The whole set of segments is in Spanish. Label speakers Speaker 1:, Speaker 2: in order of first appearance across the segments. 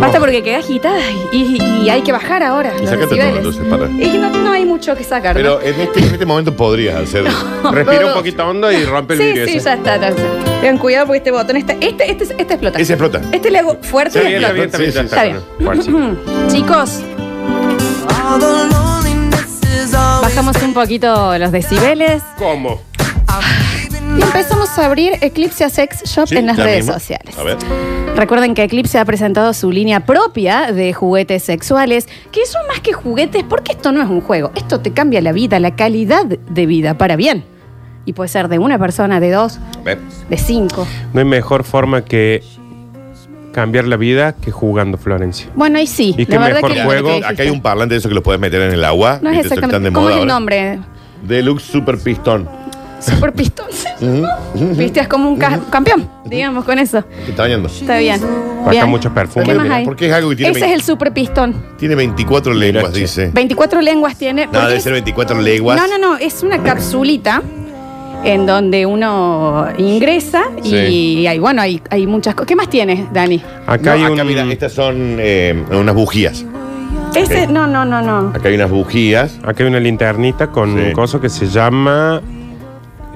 Speaker 1: Basta porque queda agitada y, y hay que bajar ahora.
Speaker 2: Y
Speaker 1: los
Speaker 2: sácate todo,
Speaker 1: decibeles.
Speaker 2: entonces, para.
Speaker 3: Mm.
Speaker 1: Y que no, no hay mucho que sacar. ¿no?
Speaker 2: Pero en este, en este momento podrías hacer.
Speaker 4: Respira
Speaker 1: No, no.
Speaker 4: un poquito hondo y rompe el
Speaker 1: Sí,
Speaker 4: vidrio
Speaker 1: sí,
Speaker 4: ese.
Speaker 1: ya está, ya está. Tengan cuidado porque este botón está. Este, este, este explota.
Speaker 2: Ese explota.
Speaker 1: Este le hago fuerte y
Speaker 4: Está bien, está
Speaker 1: explota.
Speaker 4: bien, está
Speaker 2: Sí, sí,
Speaker 4: bien. ya
Speaker 1: sí.
Speaker 4: está, bueno. Fuerza.
Speaker 1: Mm. Chicos,
Speaker 3: Bajamos
Speaker 5: Bajamos
Speaker 3: un poquito los decibeles.
Speaker 4: ¿Cómo?
Speaker 1: y empezamos a abrir Eclipse Sex Shop
Speaker 2: Sí,
Speaker 3: en las
Speaker 2: ya
Speaker 3: redes
Speaker 2: mismo.
Speaker 3: sociales.
Speaker 2: A ver.
Speaker 3: Recuerden que Eclipse ha presentado su línea propia de juguetes sexuales, que son más que juguetes porque esto no es un juego. Esto te cambia la vida, la calidad de vida para bien. Y puede ser de una persona, de dos,
Speaker 2: A ver.
Speaker 3: de cinco.
Speaker 4: No hay mejor forma que cambiar la vida que jugando, Florencia.
Speaker 3: Bueno, ahí sí.
Speaker 4: ¿Y qué
Speaker 3: la verdad
Speaker 4: mejor
Speaker 3: que
Speaker 2: Mira,
Speaker 3: lo que
Speaker 4: juego?
Speaker 3: dijiste.
Speaker 2: Acá hay un parlante de eso que lo puedes meter en el agua.
Speaker 3: No es
Speaker 2: ¿viste? Eso que están
Speaker 3: exactamente.
Speaker 2: de
Speaker 3: ¿Cómo
Speaker 2: moda
Speaker 3: es el
Speaker 2: ahora.
Speaker 3: nombre?
Speaker 2: Deluxe Super Pistón.
Speaker 3: Super pistón. Viste, es como un ca- campeón, digamos, con eso.
Speaker 2: ¿Qué está bañando?
Speaker 3: Está bien.
Speaker 4: Acá
Speaker 3: Bien.
Speaker 4: muchos perfumes.
Speaker 3: ¿Qué más
Speaker 2: Mira,
Speaker 3: hay?
Speaker 2: Porque es algo que tiene,
Speaker 3: Ese es
Speaker 2: vein-
Speaker 3: el super pistón.
Speaker 2: tiene 24 lenguas,
Speaker 4: che.
Speaker 2: dice.
Speaker 3: 24 lenguas tiene.
Speaker 2: No,
Speaker 3: porque
Speaker 2: debe
Speaker 3: es-
Speaker 2: ser 24 lenguas.
Speaker 3: No, no, no, es una capsulita en donde uno ingresa y
Speaker 2: Sí.
Speaker 3: hay, bueno, hay, hay muchas cosas. ¿Qué más tienes, Dani?
Speaker 4: Acá hay un...
Speaker 2: mira, estas son eh, unas bujías.
Speaker 3: Ese, no, no, no, no.
Speaker 2: Acá hay unas bujías.
Speaker 4: Acá hay una linternita con
Speaker 2: Sí.
Speaker 4: un coso que se llama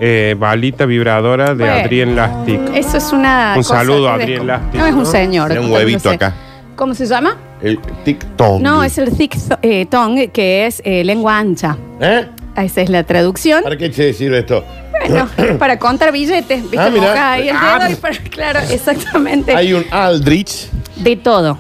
Speaker 4: eh, balita vibradora de
Speaker 3: Bueno.
Speaker 4: Adrián Lastic.
Speaker 3: Eso es una.
Speaker 4: Un
Speaker 3: cosa
Speaker 4: saludo a
Speaker 3: que
Speaker 4: Adrián
Speaker 3: descom-
Speaker 4: Lastic,
Speaker 3: No es un
Speaker 4: ¿no?
Speaker 3: señor.
Speaker 2: Tiene un
Speaker 3: no
Speaker 2: huevito
Speaker 3: sé.
Speaker 2: acá.
Speaker 3: ¿Cómo se llama?
Speaker 2: El tic-tong.
Speaker 3: No, es el thick eh, tongue, que es eh, lengua ancha.
Speaker 2: ¿Eh?
Speaker 3: Esa es la traducción.
Speaker 2: ¿Para qué te sirve esto?
Speaker 3: Bueno, para contar billetes, ¿viste?
Speaker 2: Ah, mira.
Speaker 3: Mojá ahí el
Speaker 2: Ah.
Speaker 3: dedo y para- claro, exactamente.
Speaker 2: Hay un Aldrich.
Speaker 3: De todo.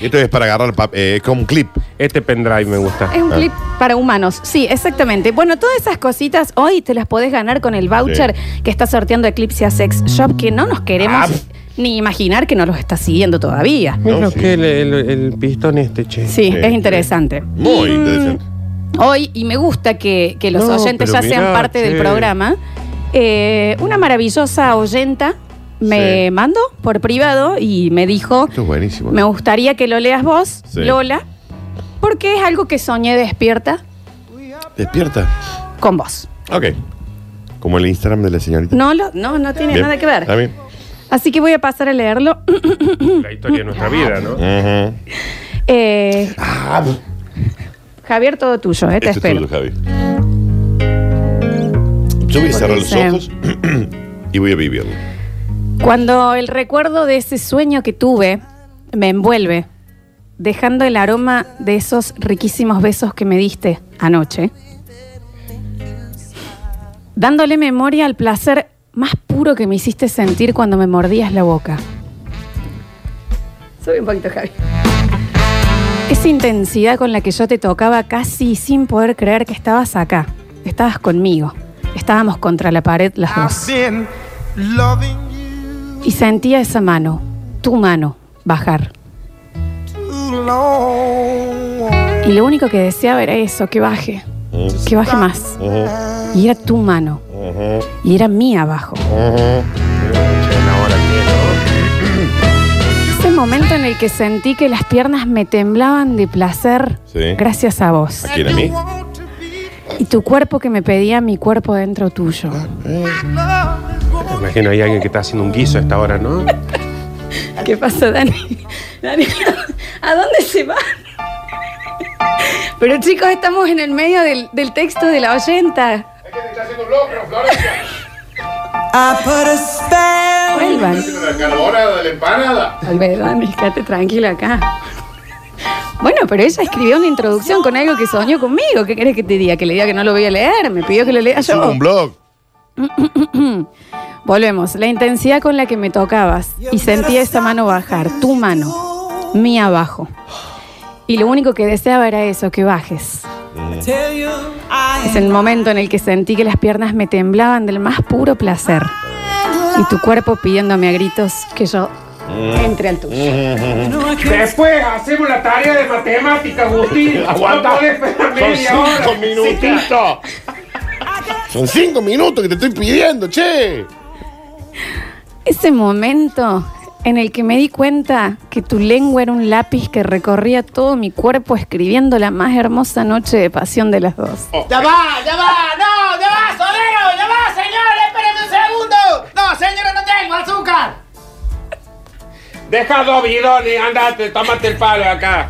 Speaker 2: Esto es para agarrar pap- eh, es como un clip.
Speaker 4: Este pendrive me gusta.
Speaker 3: Es un
Speaker 2: Ah.
Speaker 3: clip para humanos, sí, exactamente. Bueno, todas esas cositas hoy te las podés ganar con el voucher que está sorteando Eclipse Sex Shop, que no nos queremos ni imaginar que no los está siguiendo todavía.
Speaker 4: Mira
Speaker 2: No,
Speaker 4: lo
Speaker 2: sí.
Speaker 4: que el, el- el pistón este, che.
Speaker 3: Sí,
Speaker 2: Sí.
Speaker 3: es interesante.
Speaker 2: Muy
Speaker 3: Y,
Speaker 2: interesante.
Speaker 3: Hoy, y me gusta que, que los
Speaker 4: No,
Speaker 3: oyentes ya
Speaker 4: pero
Speaker 3: sean
Speaker 4: mirá,
Speaker 3: parte del
Speaker 4: che.
Speaker 3: programa, eh, una maravillosa oyenta me
Speaker 2: Sí.
Speaker 3: mandó por privado y me dijo,
Speaker 2: Esto es buenísimo.
Speaker 3: me gustaría que lo leas vos,
Speaker 2: Sí.
Speaker 3: Lola, porque es algo que soñé despierta
Speaker 2: Despierta.
Speaker 3: con vos.
Speaker 2: Ok. Como el Instagram de la señorita.
Speaker 3: No, lo- no, no tiene
Speaker 2: Bien.
Speaker 3: nada que ver.
Speaker 2: Está bien.
Speaker 3: Así que voy a pasar a leerlo.
Speaker 4: La historia de nuestra vida, ¿no?
Speaker 2: Ujú.
Speaker 3: Eh,
Speaker 2: Ah,
Speaker 3: Javier, todo tuyo, eh, te
Speaker 2: Este es
Speaker 3: espero.
Speaker 2: tuyo, Javi. Yo voy a cerrar los
Speaker 3: Dice-
Speaker 2: ojos y voy a vivirlo.
Speaker 3: Cuando el recuerdo de ese sueño que tuve me envuelve, dejando el aroma de esos riquísimos besos que me diste anoche, dándole memoria al placer más puro que me hiciste sentir cuando me mordías la boca. Sube un poquito, Javi. Esa intensidad con la que yo te tocaba casi sin poder creer que estabas acá, estabas conmigo, estábamos contra la pared las dos. Y sentía esa mano, tu mano, bajar. Y lo único que deseaba era eso, que baje, que baje más. Y era tu mano. Y era mía abajo. Ese momento en el que sentí que las piernas me temblaban de placer
Speaker 2: Sí.
Speaker 3: gracias a vos.
Speaker 2: ¿A quién? ¿A mí?
Speaker 3: Y tu cuerpo que me pedía mi cuerpo dentro tuyo.
Speaker 4: Me imagino hay alguien que está haciendo un guiso a esta hora, ¿no?
Speaker 3: ¿Qué pasa, Dani? Dani, ¿a dónde se va? Pero chicos, estamos en el medio del, del texto de la oyenta. Vuelvan.
Speaker 2: ¿La carbonada de la empanada?
Speaker 3: Pues Tal vez, Dani, quédate tranquila acá. Bueno, pero ella escribió una introducción con algo que soñó conmigo. ¿Qué querés que te diga? Que le diga que no lo voy a leer. Me pidió que lo lea
Speaker 2: Subo
Speaker 3: yo.
Speaker 2: un blog.
Speaker 3: Volvemos. La intensidad con la que me tocabas y sentía esa mano bajar, tu mano, mía abajo. Y lo único que deseaba era eso, que bajes. Es el momento en el que sentí que las piernas me temblaban del más puro placer. Y tu cuerpo pidiéndome a gritos que yo entre al tuyo.
Speaker 4: Después hacemos la tarea de matemática, Agustín.
Speaker 2: Aguanta. Son cinco minutitos. Son cinco minutos que te estoy pidiendo, che.
Speaker 3: Ese momento en el que me di cuenta que tu lengua era un lápiz que recorría todo mi cuerpo escribiendo la más hermosa noche de pasión de las dos.
Speaker 6: Ya va, ya va, no, ya va, solero, ya va, señor, espérenme un segundo. No, señora, no tengo azúcar. Deja dos bidones, andate, tómate el palo acá.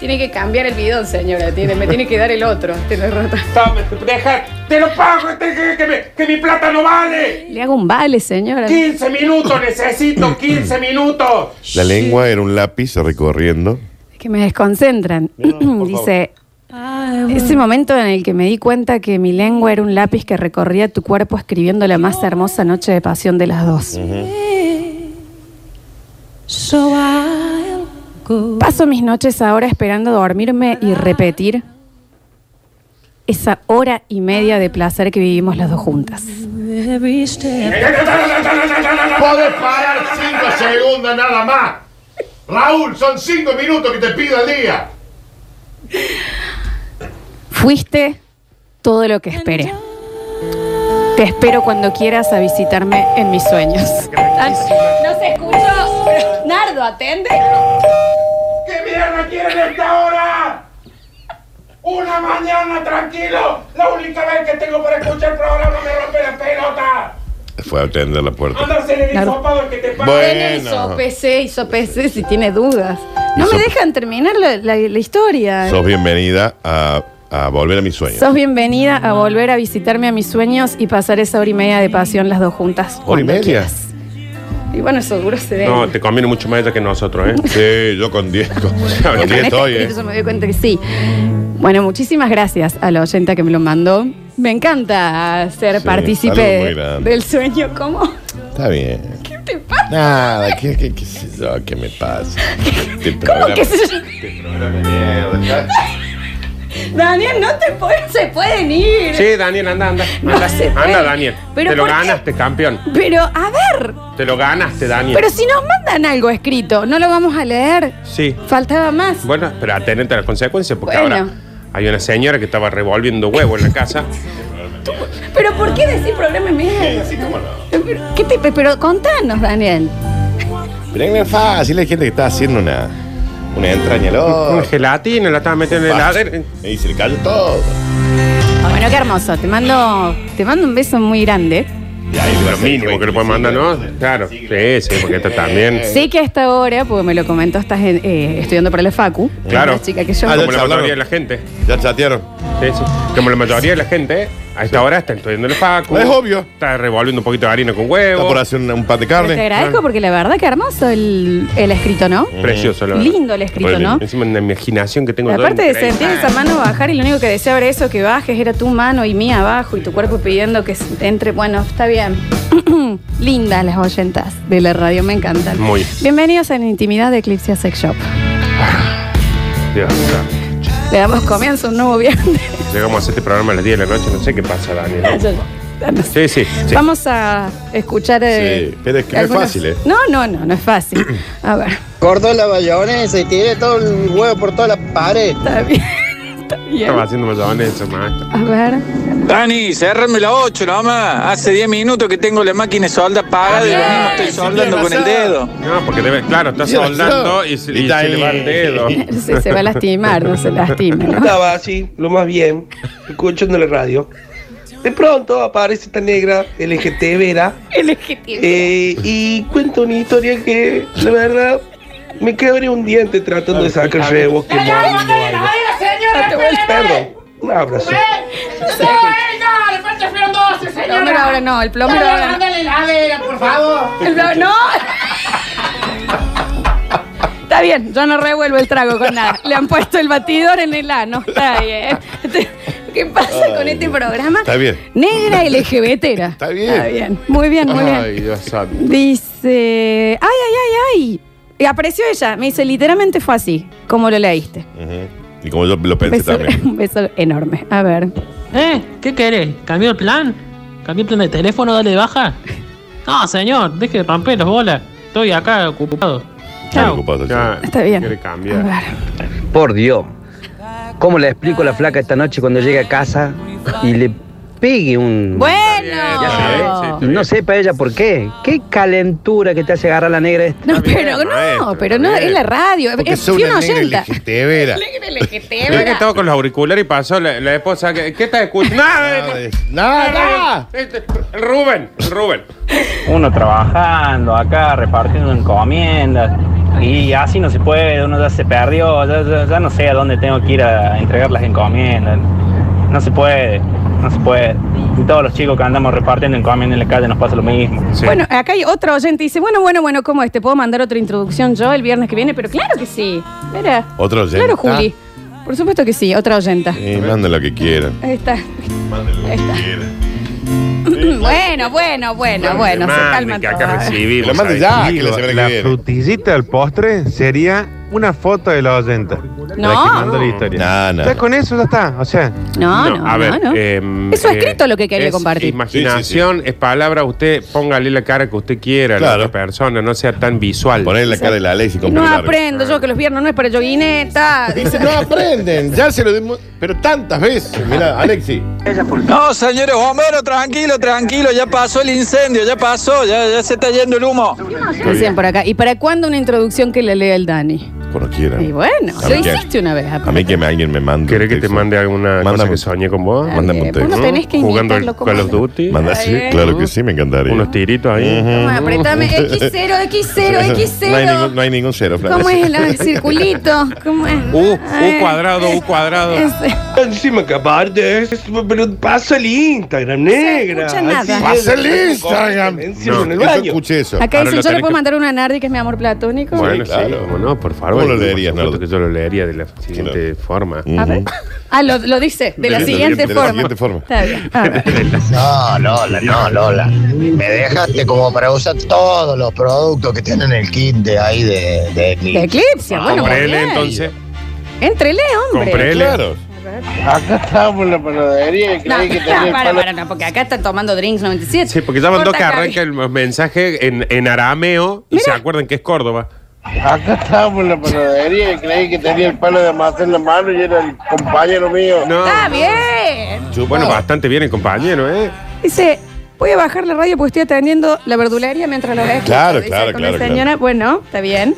Speaker 3: Tiene que cambiar el bidón, señora. Tiene, me tiene que dar el otro. Tiene rota.
Speaker 6: Toma, deja, te lo pago, este, que, que me- que mi plata no vale.
Speaker 3: Le hago un vale, señora.
Speaker 6: 15 minutos, necesito 15 minutos.
Speaker 2: La lengua era un lápiz recorriendo.
Speaker 3: Que me desconcentran.
Speaker 2: No, no, por
Speaker 3: Dice, ese momento en el que me di cuenta que mi lengua era un lápiz que recorría tu cuerpo escribiendo la más hermosa noche de pasión de las dos. Paso mis noches ahora esperando dormirme y repetir esa hora y media de placer que vivimos las dos juntas.
Speaker 2: Podés parar cinco segundos nada más. Raúl, son cinco minutos que te pido al día.
Speaker 3: Fuiste todo lo que esperé. Te espero cuando quieras a visitarme en mis sueños. No se escuchó. Nardo, atende.
Speaker 6: ¿Qué mierda quieren a esta hora? Una mañana, tranquilo. La única vez que tengo para escuchar el programa me rompe la pelota.
Speaker 2: Fue a atender la puerta.
Speaker 6: Anda a hacer el
Speaker 3: Claro.
Speaker 6: hisopado que te paga.
Speaker 2: Bueno.
Speaker 3: Tiene hisopese, hisopese si tiene dudas. No me
Speaker 2: Hisop-
Speaker 3: dejan terminar la, la- la historia.
Speaker 2: Sos bienvenida a, a volver a mis sueños.
Speaker 3: Sos bienvenida a volver a visitarme a mis sueños y pasar esa hora y media de pasión las dos juntas.
Speaker 2: ¿Hora y
Speaker 3: cuando
Speaker 2: media?
Speaker 3: quieras. Y bueno, eso duro se ve.
Speaker 4: No, te conviene mucho más ella que nosotros, ¿eh?
Speaker 2: Sí, yo con 10 con, con
Speaker 3: Con
Speaker 2: diez
Speaker 3: este
Speaker 2: estoy, eh.
Speaker 3: espíritu yo me doy cuenta que sí. Bueno, muchísimas gracias a la oyenta que me lo mandó. Me encanta ser
Speaker 2: Sí, algo muy
Speaker 3: partícipe
Speaker 2: grande.
Speaker 3: del sueño. ¿Cómo?
Speaker 2: Está bien.
Speaker 3: ¿Qué te pasa?
Speaker 2: Nada, ¿qué, qué, qué sé yo? ¿Qué me pasa? Este
Speaker 3: ¿Cómo
Speaker 2: programa-
Speaker 3: que se
Speaker 2: este programa de mierda.
Speaker 3: Daniel, no te pueden, se pueden ir.
Speaker 4: Sí, Daniel, anda, anda.
Speaker 3: No
Speaker 4: Anda,
Speaker 3: se puede.
Speaker 4: anda Daniel.
Speaker 3: Pero
Speaker 4: te lo
Speaker 3: ¿por qué?
Speaker 4: ganaste, campeón.
Speaker 3: Pero, a ver,
Speaker 4: Te lo ganaste, Daniel.
Speaker 3: pero si nos mandan algo escrito, ¿no lo vamos a leer?
Speaker 4: Sí.
Speaker 3: Faltaba más.
Speaker 4: Bueno, pero atente a las consecuencias, porque
Speaker 3: Bueno.
Speaker 4: ahora hay una señora que estaba revolviendo huevo en la casa.
Speaker 3: Pero, ¿por qué decir problema en medio?
Speaker 2: Sí, cómo no.
Speaker 3: Pero, ¿Qué te, pero contanos, Daniel.
Speaker 2: Pero es bien fácil, hay gente que está haciendo una, una entraña al
Speaker 4: Una
Speaker 2: otro.
Speaker 4: gelatina, la estaba metiendo en el heladero.
Speaker 2: Fácil. Y se le cayó todo.
Speaker 3: Ah, Bueno, qué hermoso. Te mando, te mando un beso muy grande.
Speaker 2: Y ahí
Speaker 4: Lo mínimo que le pueden mandar, ¿no? Claro. Sí, sí, porque esta también.
Speaker 3: Sé que a esta hora, porque me lo comentó, estás en- eh, estudiando para la Facu.
Speaker 4: Claro.
Speaker 3: Una chica que yo.
Speaker 2: Ah, ya
Speaker 4: Como la
Speaker 2: se hablaron.
Speaker 4: mayoría de la gente.
Speaker 2: Ya chatearon.
Speaker 4: Sí, sí. Como la mayoría de la gente, a esta hora está estudiando el facu.
Speaker 2: Es obvio.
Speaker 4: Está revolviendo un poquito de harina con huevo.
Speaker 2: Está por hacer un, un pat de
Speaker 3: Pero te
Speaker 2: carne.
Speaker 3: agradezco porque la verdad que hermoso el, el escrito, ¿no?
Speaker 2: Mm,
Speaker 4: Mm. Precioso, la verdad.
Speaker 3: Lindo el escrito,
Speaker 2: Muy
Speaker 3: ¿no?
Speaker 4: Encima en la imaginación que tengo. yo,
Speaker 3: Aparte de
Speaker 4: increíble.
Speaker 3: sentir esa mano bajar y lo único que deseaba era eso, que bajes, era tu mano y mía abajo y tu cuerpo pidiendo que se- entre. Bueno, está bien. Lindas las oyentas de la radio, me encantan.
Speaker 4: Muy.
Speaker 3: Bienvenidos a la intimidad de Eclipse Sex Shop.
Speaker 4: Dios, claro.
Speaker 3: Le damos comienzo a un nuevo viernes.
Speaker 4: Llegamos a hacer este programa a las 10 de la noche, no sé qué pasa, Daniel. Sí, sí, sí.
Speaker 3: Vamos a escuchar. eh,
Speaker 2: Sí, pero es que no es fácil, ¿eh?
Speaker 3: No, no, no, no es fácil. A ver,
Speaker 5: Cortó la bayonesa y tiré todo el huevo por toda la pared.
Speaker 3: está bien. Está bien.
Speaker 4: Estaba haciendo mayones, eso, maestro.
Speaker 3: A ver.
Speaker 7: Dani, cerrame la 8 nomás. Hace 10 minutos que tengo la máquina solda apagada y lo mismo estoy soldando con el dedo.
Speaker 4: No, porque debe, claro, está
Speaker 2: Dios,
Speaker 4: soldando
Speaker 2: no.
Speaker 4: y se,
Speaker 2: Y
Speaker 4: y
Speaker 2: está
Speaker 4: se le va
Speaker 2: ahí.
Speaker 4: el dedo.
Speaker 3: Se, se va a lastimar, no se lastime, ¿no?
Speaker 8: Estaba así, lo más bien, escuchando la radio. De pronto aparece esta negra, LGT Vera, eh, y cuenta una historia que, la verdad, me quebré un diente tratando de sacar huevos quemando. algo.
Speaker 3: No te vuelvas.
Speaker 8: Perdón, un abrazo.
Speaker 6: No, eh, no, le falta el 12,
Speaker 3: El plomero ahora no, el plomero ahora no.
Speaker 6: Ándale heladera, por favor.
Speaker 3: El plomero- ¡No! Está bien, yo no revuelvo el trago con nada. Le han puesto el batidor en el ano. Está bien. ¿Qué pasa con este programa?
Speaker 2: Está bien.
Speaker 3: Negra LGBTera.
Speaker 2: Está bien.
Speaker 3: Está bien. Muy bien, muy bien.
Speaker 2: Ay, Dios santo.
Speaker 3: Dice, ay, ay, ay, ay. Y apareció ella, me dice, literalmente fue así, como lo leíste.
Speaker 2: Ujú. Y como yo lo
Speaker 3: Un
Speaker 2: pensé
Speaker 3: beso,
Speaker 2: también.
Speaker 3: un beso enorme. A ver.
Speaker 9: ¿Eh? ¿Qué querés? ¿Cambió el plan? ¿Cambió el plan de teléfono? ¿Dale de baja? No, señor, deje de romper las bolas. Estoy acá ocupado.
Speaker 2: Está
Speaker 9: Chao.
Speaker 2: ocupado,
Speaker 4: Ya,
Speaker 3: Está bien.
Speaker 4: Quiere
Speaker 3: A
Speaker 4: cambiar.
Speaker 3: ver.
Speaker 10: Por Dios. ¿Cómo le explico a la flaca esta noche cuando llegue a casa y le pegue un...
Speaker 3: Bueno.
Speaker 4: Sí, sí, sí.
Speaker 10: No sepa ella por qué. ¿Qué calentura que te hace agarrar la negra esta?
Speaker 3: No, pero no,
Speaker 4: maestro,
Speaker 3: pero no,
Speaker 4: bien.
Speaker 3: es la radio.
Speaker 2: Porque
Speaker 3: Es,
Speaker 2: soy
Speaker 3: fui una
Speaker 2: una negra
Speaker 3: oyenta.
Speaker 2: LGT Vera.
Speaker 4: Mira que estaba con los auriculares y pasó la, la esposa. ¿Qué, qué estás escuchando?
Speaker 2: Nada
Speaker 4: ¡Nada!
Speaker 2: de- ¡Nada!
Speaker 4: Este, El Rubén, el Rubén.
Speaker 11: Uno trabajando acá, repartiendo encomiendas. Y así no se puede, uno ya se perdió, ya, ya- ya no sé a dónde tengo que ir a entregar las encomiendas. No se puede, no se puede. Y todos los chicos que andamos repartiendo encomiendas en la calle nos pasa lo mismo.
Speaker 3: Bueno, acá hay otro oyente dice, bueno, bueno, bueno, ¿cómo es? ¿Te puedo mandar otra introducción yo el viernes que viene? Pero claro que sí. Mira,
Speaker 2: Otro oyente.
Speaker 3: claro, Juli. Por supuesto que sí, otra oyenta.
Speaker 2: Eh, manden lo que quieran.
Speaker 3: Ahí está.
Speaker 2: Manden lo
Speaker 3: Ahí
Speaker 2: que
Speaker 3: está.
Speaker 2: quieran.
Speaker 3: Bueno, bueno, bueno, bueno, se calman todos.
Speaker 2: Que lo mande ya, Ah, que la semana que viene.
Speaker 12: frutillita del postre sería una foto de la oyenta.
Speaker 3: No.
Speaker 12: Registrando la historia.
Speaker 2: no.
Speaker 12: Ya con eso ya está. O sea.
Speaker 3: No, no,
Speaker 4: a
Speaker 3: no,
Speaker 4: ver,
Speaker 3: no.
Speaker 4: em,
Speaker 3: Eso es escrito lo que quería
Speaker 4: es
Speaker 3: compartir.
Speaker 4: Imaginación, es palabra, usted póngale la cara que usted quiera a la otra persona, no sea tan visual. Poner
Speaker 2: la cara de la ley y
Speaker 3: No aprendo yo que los viernes no es para yoguineta.
Speaker 2: Dice, no aprenden, ya se lo dimos, pero tantas veces. Mira, Alexi.
Speaker 7: No, señores bomberos, tranquilo, tranquilo, ya pasó el incendio, ya pasó, ya, ya se está yendo el humo.
Speaker 3: Decían por acá. ¿Y para cuándo una introducción que le lea el Dani?
Speaker 2: Cuando quieran.
Speaker 3: Y bueno,
Speaker 2: A
Speaker 3: lo
Speaker 2: mí que-
Speaker 3: hiciste una vez.
Speaker 2: A mí que me- alguien me mande.
Speaker 4: ¿Querés que te mande alguna cosa que
Speaker 2: soñé con vos? Mándame un texto.
Speaker 3: Vos no tenés que
Speaker 4: Jugando
Speaker 3: invitarlo
Speaker 4: al
Speaker 3: como
Speaker 4: Call of Duty.
Speaker 2: Manda, sí, claro que sí, me encantaría. Unos
Speaker 4: tiritos ahí.
Speaker 3: Toma, apretame X0, X0,
Speaker 2: No hay ningún,
Speaker 3: X0.
Speaker 2: no hay ningún cero, Fran.
Speaker 3: ¿Cómo es el, el circulito? ¿Cómo es?
Speaker 4: U,
Speaker 3: Ay.
Speaker 4: cuadrado, U cuadrado.
Speaker 8: Encima acabar de eso, pero pasa el Instagram, negra.
Speaker 3: escucha nada.
Speaker 2: Pasa el Instagram.
Speaker 8: Encima en el
Speaker 2: yo
Speaker 8: baño.
Speaker 2: escuché eso.
Speaker 3: Acá dicen, yo le puedo mandar una a Nardi, que es mi amor platónico.
Speaker 4: Bueno,
Speaker 2: Sí,
Speaker 4: sí,
Speaker 2: claro.
Speaker 4: cómo no, por favor.
Speaker 2: ¿Cómo lo
Speaker 4: Por
Speaker 2: leerías, Mm.
Speaker 4: supuesto que yo lo leería de la siguiente forma.
Speaker 3: A ver. Ah, lo, lo dice, de la siguiente
Speaker 2: de la
Speaker 3: forma.
Speaker 2: siguiente forma.
Speaker 3: Está bien. Ah, A ver.
Speaker 5: No, Lola, no, Lola. Me dejaste como para usar todos los productos que tienen el kit de ahí de, de Eclipse.
Speaker 3: De
Speaker 4: Ah,
Speaker 3: Eclipse, bueno, muy bien. Entrele, hombre.
Speaker 2: Claro.
Speaker 5: Acá estamos en la panadería y
Speaker 3: No,
Speaker 5: creí que
Speaker 3: no,
Speaker 5: tenía el
Speaker 3: para,
Speaker 5: palo.
Speaker 3: para, no, porque acá están tomando drinks 97.
Speaker 4: Sí, porque ya mandó
Speaker 3: Corta,
Speaker 4: que
Speaker 3: Javi.
Speaker 4: arranque el mensaje en, en arameo y se acuerdan que es Córdoba.
Speaker 5: Acá estábamos en la panadería y creí que tenía el palo de masa en la mano y era el compañero mío.
Speaker 4: No.
Speaker 3: Está bien.
Speaker 4: Bueno, bastante bien el compañero, ¿eh?
Speaker 3: Dice, voy a bajar la radio porque estoy atendiendo la verdulería mientras lo dejo.
Speaker 4: Claro,
Speaker 3: Dice
Speaker 4: claro,
Speaker 3: con
Speaker 4: claro,
Speaker 3: la señora. Bueno, está bien.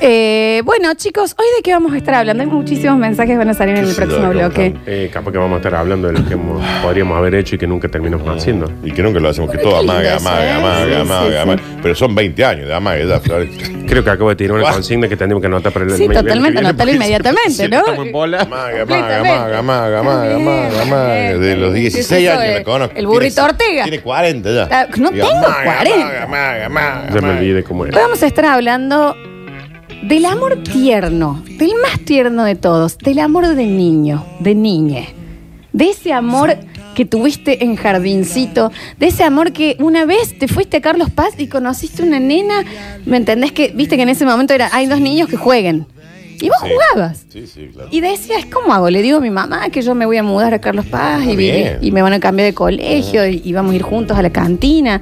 Speaker 3: Eh, bueno, chicos, ¿hoy de qué vamos a estar hablando? Hay muchísimos mensajes que van a salir en el próximo bloque.
Speaker 4: Eh, capaz que vamos a estar hablando de lo que hemos- podríamos haber hecho y que nunca
Speaker 2: Mm.
Speaker 4: terminamos haciendo.
Speaker 2: Y que nunca lo hacemos, que todo amaga, amaga, amaga, amaga, amaga. Pero son 20 años de amaga, ya, Flores.
Speaker 4: Creo que acabo de tirar una consigna que tenemos que anotar para el
Speaker 3: Sí,
Speaker 4: el- el-
Speaker 3: totalmente,
Speaker 4: el-
Speaker 3: anótalo inmediatamente, ¿no?
Speaker 2: Amaga, amaga, amaga, amaga, amaga, amaga, amaga. De los 16
Speaker 3: Eso
Speaker 2: años
Speaker 3: es
Speaker 2: la conozco.
Speaker 3: el burrito
Speaker 2: Tiene-
Speaker 3: Ortega.
Speaker 2: Tiene 40 ya.
Speaker 3: Ah, No
Speaker 2: Digo,
Speaker 3: tengo
Speaker 2: amaga,
Speaker 3: 40.
Speaker 2: Amaga, amaga, amaga.
Speaker 4: Ya me olvidé cómo
Speaker 3: Hoy
Speaker 4: era.
Speaker 3: vamos a estar hablando del amor tierno, del más tierno de todos, del amor de niño, de niñe, de ese amor que tuviste en jardincito, de ese amor que una vez te fuiste a Carlos Paz y conociste una nena, ¿me entendés? Que viste que en ese momento era, hay dos niños que jueguen. Y vos
Speaker 2: Sí.
Speaker 3: jugabas.
Speaker 2: Sí, sí, claro.
Speaker 3: Y decías, ¿cómo hago? Le digo a mi mamá que yo me voy a mudar a Carlos Paz y, vi-
Speaker 2: bien.
Speaker 3: y me van a cambiar de colegio y, y vamos a ir juntos a la cantina.